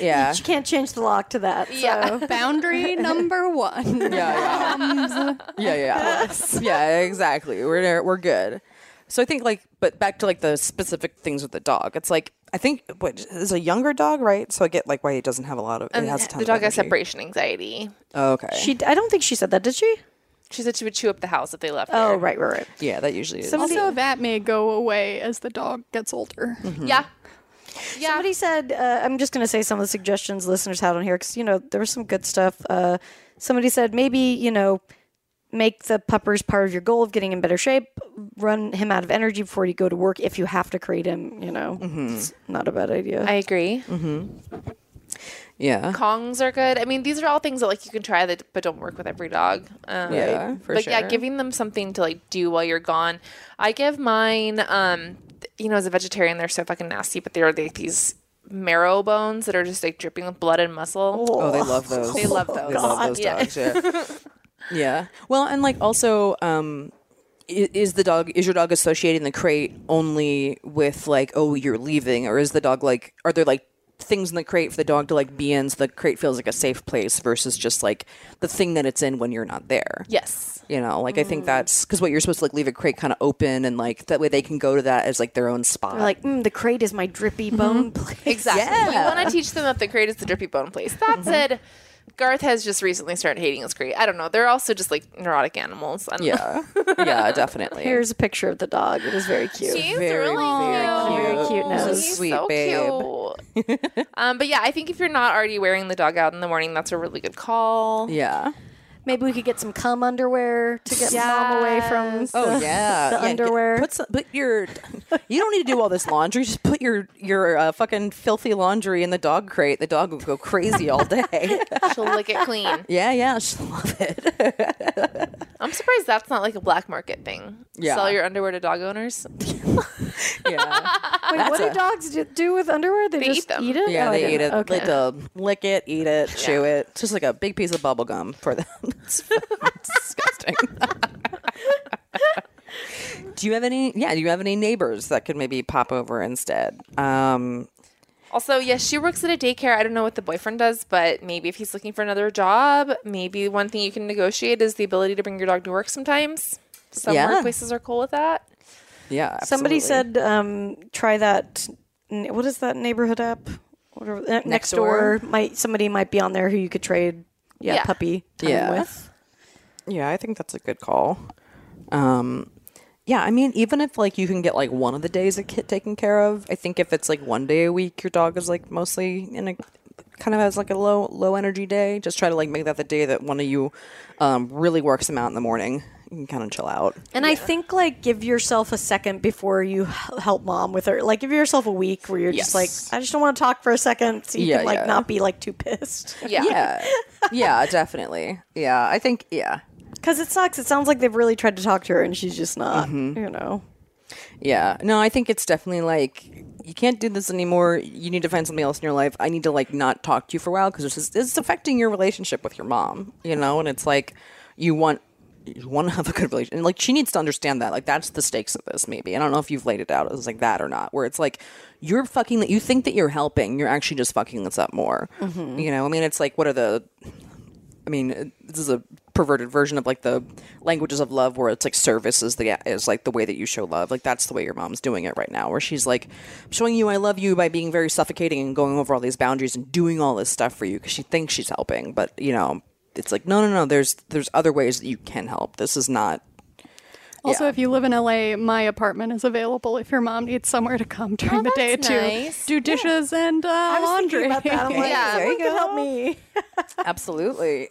B: Yeah.
A: She can't change the lock to that. So.
C: Yeah.
E: Boundary number one.
B: yeah, yeah, yeah, yeah, yeah. Exactly. We're there- we're good. So I think like, but back to like the specific things with the dog. It's like I think what is a younger dog, right? So I get like why it doesn't have a lot of. it has a ton
C: Um, the
B: of
C: dog has
B: energy. Oh,
C: separation anxiety.
B: Okay.
A: She. I don't think she said that, did she?
C: She said she would chew up the house if they left.
A: Oh,
C: her.
A: right, right, right.
B: yeah, that usually is.
E: Also, that may go away as the dog gets older.
C: Yeah.
B: Mm-hmm.
C: Yeah.
A: Somebody said, uh, I'm just going to say some of the suggestions listeners had on here because, you know, there was some good stuff. Uh, somebody said maybe, you know, make the puppers part of your goal of getting in better shape, run him out of energy before you go to work if you have to create him, you know. It's not a bad idea.
C: I agree.
B: yeah.
C: Kongs are good. I mean, these are all things that like you can try that, but don't work with every dog. Um,
B: Yeah, for
C: but yeah,
B: sure.
C: giving them something to like do while you're gone. I give mine. Um, th- you know, as a vegetarian, they're so fucking nasty, but they're like these marrow bones that are just like dripping with blood and muscle.
B: Oh, they love those.
C: They love those.
B: They love those
C: Yeah.
B: dogs. Yeah. yeah. Well, and like also, um, i- is the dog is your dog associating the crate only with like oh you're leaving or is the dog like are there like things in the crate for the dog to like be in so the crate feels like a safe place versus just like the thing that it's in when you're not there
C: Yes.
B: you know like i think
A: Mm.
B: that's because what you're supposed to like leave a crate kind of open and like that way they can go to that as like their own spot
A: They're like, mm, the crate is my drippy bone place.
C: Exactly. You want to teach them that the crate is the drippy bone place. That
B: Mm-hmm.
C: said, Garth has just recently started hating his crate. I don't know. They're also just like neurotic animals. I don't know.
B: yeah yeah definitely
A: Here's a picture of the dog. It is very cute.
C: She's
B: Very,
C: really
B: very
A: cute. Very
C: cute.
A: cute nose.
C: He's
B: Sweet
C: so
B: babe.
C: cute. um, but yeah, I think if you're not already wearing the dog out in the morning, that's a really good call.
B: yeah
A: Maybe we could get some cum underwear to get mom away from. the- the
B: Oh yeah, Yeah, get-
A: underwear.
B: Put some, put your. You don't need to do all this laundry. Just put your your uh, fucking filthy laundry in the dog crate. The dog will go crazy all day.
C: She'll lick it clean.
B: yeah, yeah, she'll love it.
C: I'm surprised that's not like a black market thing.
B: Yeah.
C: Sell your underwear to dog owners.
B: Yeah,
A: Wait, what do dogs do, do with underwear? They,
C: They
A: just
C: eat them.
A: eat it?
B: yeah,
A: Oh, I
B: they eat
A: didn't-
B: it. They they'll lick it, eat it, chew it. It's just like a big piece of bubble gum for them. it's disgusting. do you have any? Yeah, do you have any neighbors that could maybe pop over instead? Um,
C: Also, yes, she works at a daycare. I don't know what the boyfriend does, but maybe if he's looking for another job, maybe one thing you can negotiate is the ability to bring your dog to work sometimes. Some
B: Yeah.
C: workplaces are cool with that.
B: Yeah.
A: Somebody
B: absolutely.
A: said, um, try that. n- What is that neighborhood app? Whatever, uh, next, door. Might somebody might be on there who you could trade, yeah,
C: Yeah.
A: puppy time
B: Yeah.
A: with.
B: Yeah, I think that's a good call. Um, yeah, I mean, even if like you can get like one of the days a kid taken care of, I think if it's like one day a week, your dog is like mostly in a kind of has like a low low energy day. Just try to like make that the day that one of you um, really works them out in the morning. You can kind of chill out.
A: And I think like give yourself a second before you h- help mom with her. Like give yourself a week where you're just like,
B: Yes.
A: I just don't want to talk for a second, so you
B: Yeah,
A: can like
B: yeah.
A: not be like too pissed.
C: Yeah.
B: Yeah, yeah, definitely. Yeah, I think yeah,
A: Because it sucks. It sounds like they've really tried to talk to her and she's just not. You know.
B: yeah. No, I think it's definitely like you can't do this anymore. You need to find something else in your life. I need to like not talk to you for a while because this is this is affecting your relationship with your mom. You know, and it's like you want you want to have a good relationship. And like she needs to understand that. Like that's the stakes of this. Maybe I don't know if you've laid it out as like that or not. Where it's like you're fucking that you think that you're helping. You're actually just fucking this up more. You know, I mean, it's like what are the I mean, uh, this is a perverted version of like the languages of love, where it's like service is the is like the way that you show love. Like that's the way your mom's doing it right now, where she's like "I'm showing you I love you by being very suffocating and going over all these boundaries and doing all this stuff for you because she thinks she's helping, but you know, it's like no, no, no. There's there's other ways that you can help. This is not.
E: Also,
B: Yeah.
E: if you live in LA, my apartment is available if your mom needs somewhere to come during the day
C: Oh, that's nice.
E: to do dishes and uh, laundry.
A: I'm like,
C: Yeah.
A: someone could help me.
B: Absolutely.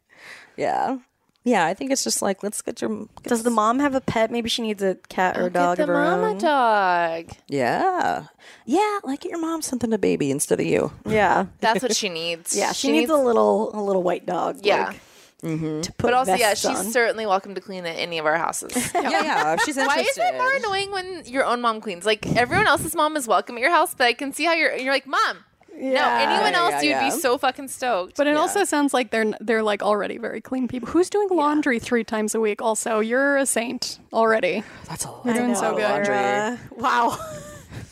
B: yeah. Yeah, I think it's just like let's get your get
A: Does the mom have a pet? Maybe she needs a cat or a dog
C: Get
A: of
C: the
A: her
C: mama
A: own.
C: dog.
B: yeah yeah like get your mom something to baby instead of you.
A: yeah.
C: That's what she needs.
A: Yeah, she, needs, a little a little white dog.
C: Yeah.
A: like, to put
C: But also, yeah,
A: vests
C: she's
A: on.
C: certainly welcome to clean at any of our houses.
B: yeah, yeah. If she's
C: Why
B: interested.
C: is it more annoying when your own mom cleans? Like everyone else's mom is welcome at your house, but I can see how you're you're like, Mom, no,
A: Yeah.
C: anyone
B: Yeah,
C: else
B: yeah,
C: you'd
B: yeah.
C: be so fucking stoked.
E: But it also sounds like they're they're like already very clean people. Who's doing laundry three times a week? Also, you're a saint already.
B: That's a lot.
E: You're doing so
A: know,
E: good.
B: Laundry.
A: Uh, wow.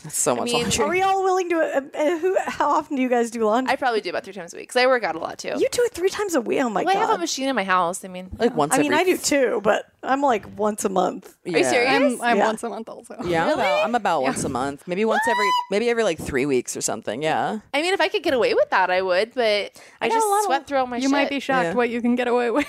B: That's so much
C: mean,
B: laundry.
A: Are we all willing to? Uh, uh, who? How often do you guys do laundry?
C: I probably do about three times a week because I work out a lot too.
A: you do it three times a week. Oh my
C: well, I
A: god.
C: have a machine in my house. I mean,
B: Like once.
A: I mean,
B: every,
A: I do too, but I'm like once a month.
B: Yeah.
C: are you serious?
E: I'm, I'm
A: Yeah.
E: once a month also.
B: Yeah, I'm about, I'm about once a month, maybe once every, maybe every like three weeks or something. Yeah,
C: I mean, if I could get away with that, I would. But I,
B: got a lot
C: just
B: of-
C: sweat through all my.
E: You
C: shit.
E: might be shocked
B: Yeah.
E: what you can get away with.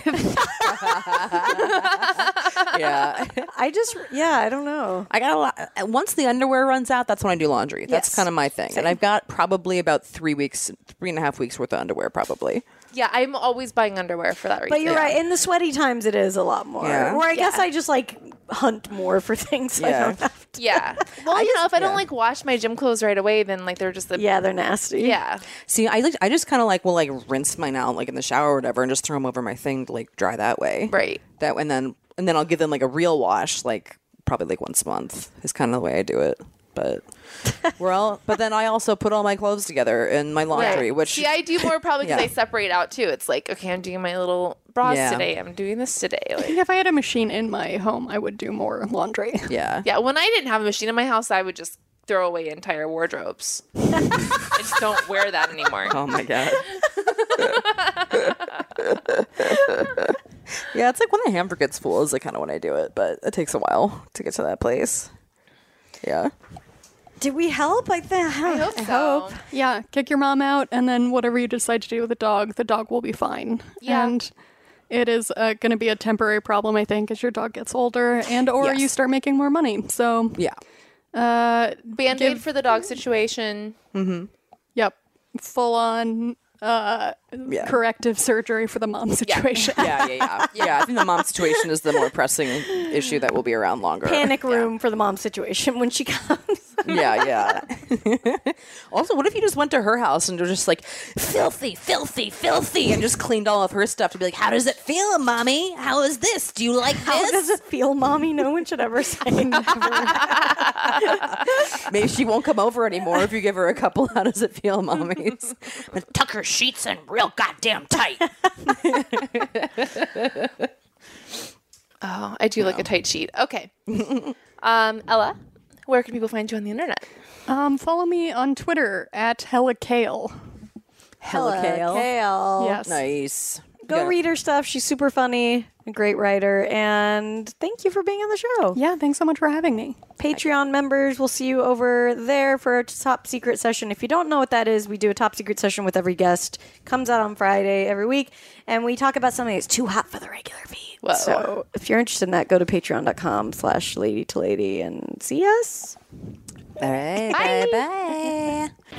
B: yeah.
A: I just, yeah, I don't know.
B: I got a lot. Once the underwear runs out, that's when I do laundry. That's
A: Yes.
B: kind of my thing, and I've got probably about three weeks, three and a half weeks worth of underwear, probably.
C: Yeah, I'm always buying underwear for that reason.
A: But you're right. In the sweaty times, it is a lot more.
B: Yeah.
A: Or I guess I just like hunt more for things. I
B: Yeah.
A: don't have to.
C: Yeah. Well, you know, if I don't like wash my gym clothes right away, then like they're just the
A: Yeah, they're nasty.
C: yeah.
B: See, I like, I just kind of like will like rinse mine out like in the shower or whatever, and just throw them over my thing to like dry that way.
C: Right.
B: That and then and then I'll give them like a real wash, like probably like once a month is kind of the way I do it. But we're all. But then I also put all my clothes together in my laundry, which
C: See, I do more probably because
B: Yeah.
C: I separate out too. It's like, okay, I'm doing my little bras
B: Yeah.
C: today. I'm doing this today.
E: I
C: Like,
E: think if I had a machine in my home, I would do more laundry.
B: yeah.
C: yeah, when I didn't have a machine in my house, I would just throw away entire wardrobes. I just don't wear that anymore.
B: Oh my god. yeah, it's like when the hamper gets full is like kind of when I do it, but it takes a while to get to that place. Yeah.
A: Did we help? I, th- I
C: hope so.
E: Yeah, kick your mom out, and then whatever you decide to do with the dog, the dog will be fine.
C: Yeah.
E: And it is uh, going to be a temporary problem, I think, as your dog gets older and or you
B: Yes.
E: start making more money. So,
B: Yeah.
E: uh,
C: Band aid for the dog situation.
E: yep, full on uh,
B: Yeah.
E: corrective surgery for the mom situation.
B: Yeah, yeah, yeah. Yeah, I think the mom situation is the more pressing issue that will be around longer.
A: Panic room for the mom situation when she comes.
B: Yeah, yeah. also, what if you just went to her house and were just like filthy, filthy, filthy, and just cleaned all of her stuff to be like, how does it feel, mommy? How is this? Do you like
A: How does
B: this?
A: it feel, mommy? No one should ever say.
B: Maybe she won't come over anymore if you give her a couple. How does it feel, mommies?
F: But tuck her sheets in real goddamn tight.
C: Oh, I do like a tight sheet. Okay. um, Ella, where can people find you on the internet?
E: Um, follow me on Twitter at Hella Kale.
B: Hella kale.
A: Kale.
E: yes.
B: Oh, Nice.
A: Go
B: Yeah.
A: read her stuff. She's super funny, a great writer, and thank you for being on the show.
E: Yeah, thanks so much for having me.
A: Patreon members, we'll see you over there for a top secret session. If you don't know what that is, we do a top secret session with every guest. Comes out on Friday every week, and we talk about something that's too hot for the regular feed. So if you're interested in that, go to patreon.com slash lady to lady and see us.
B: All right. Bye. Bye.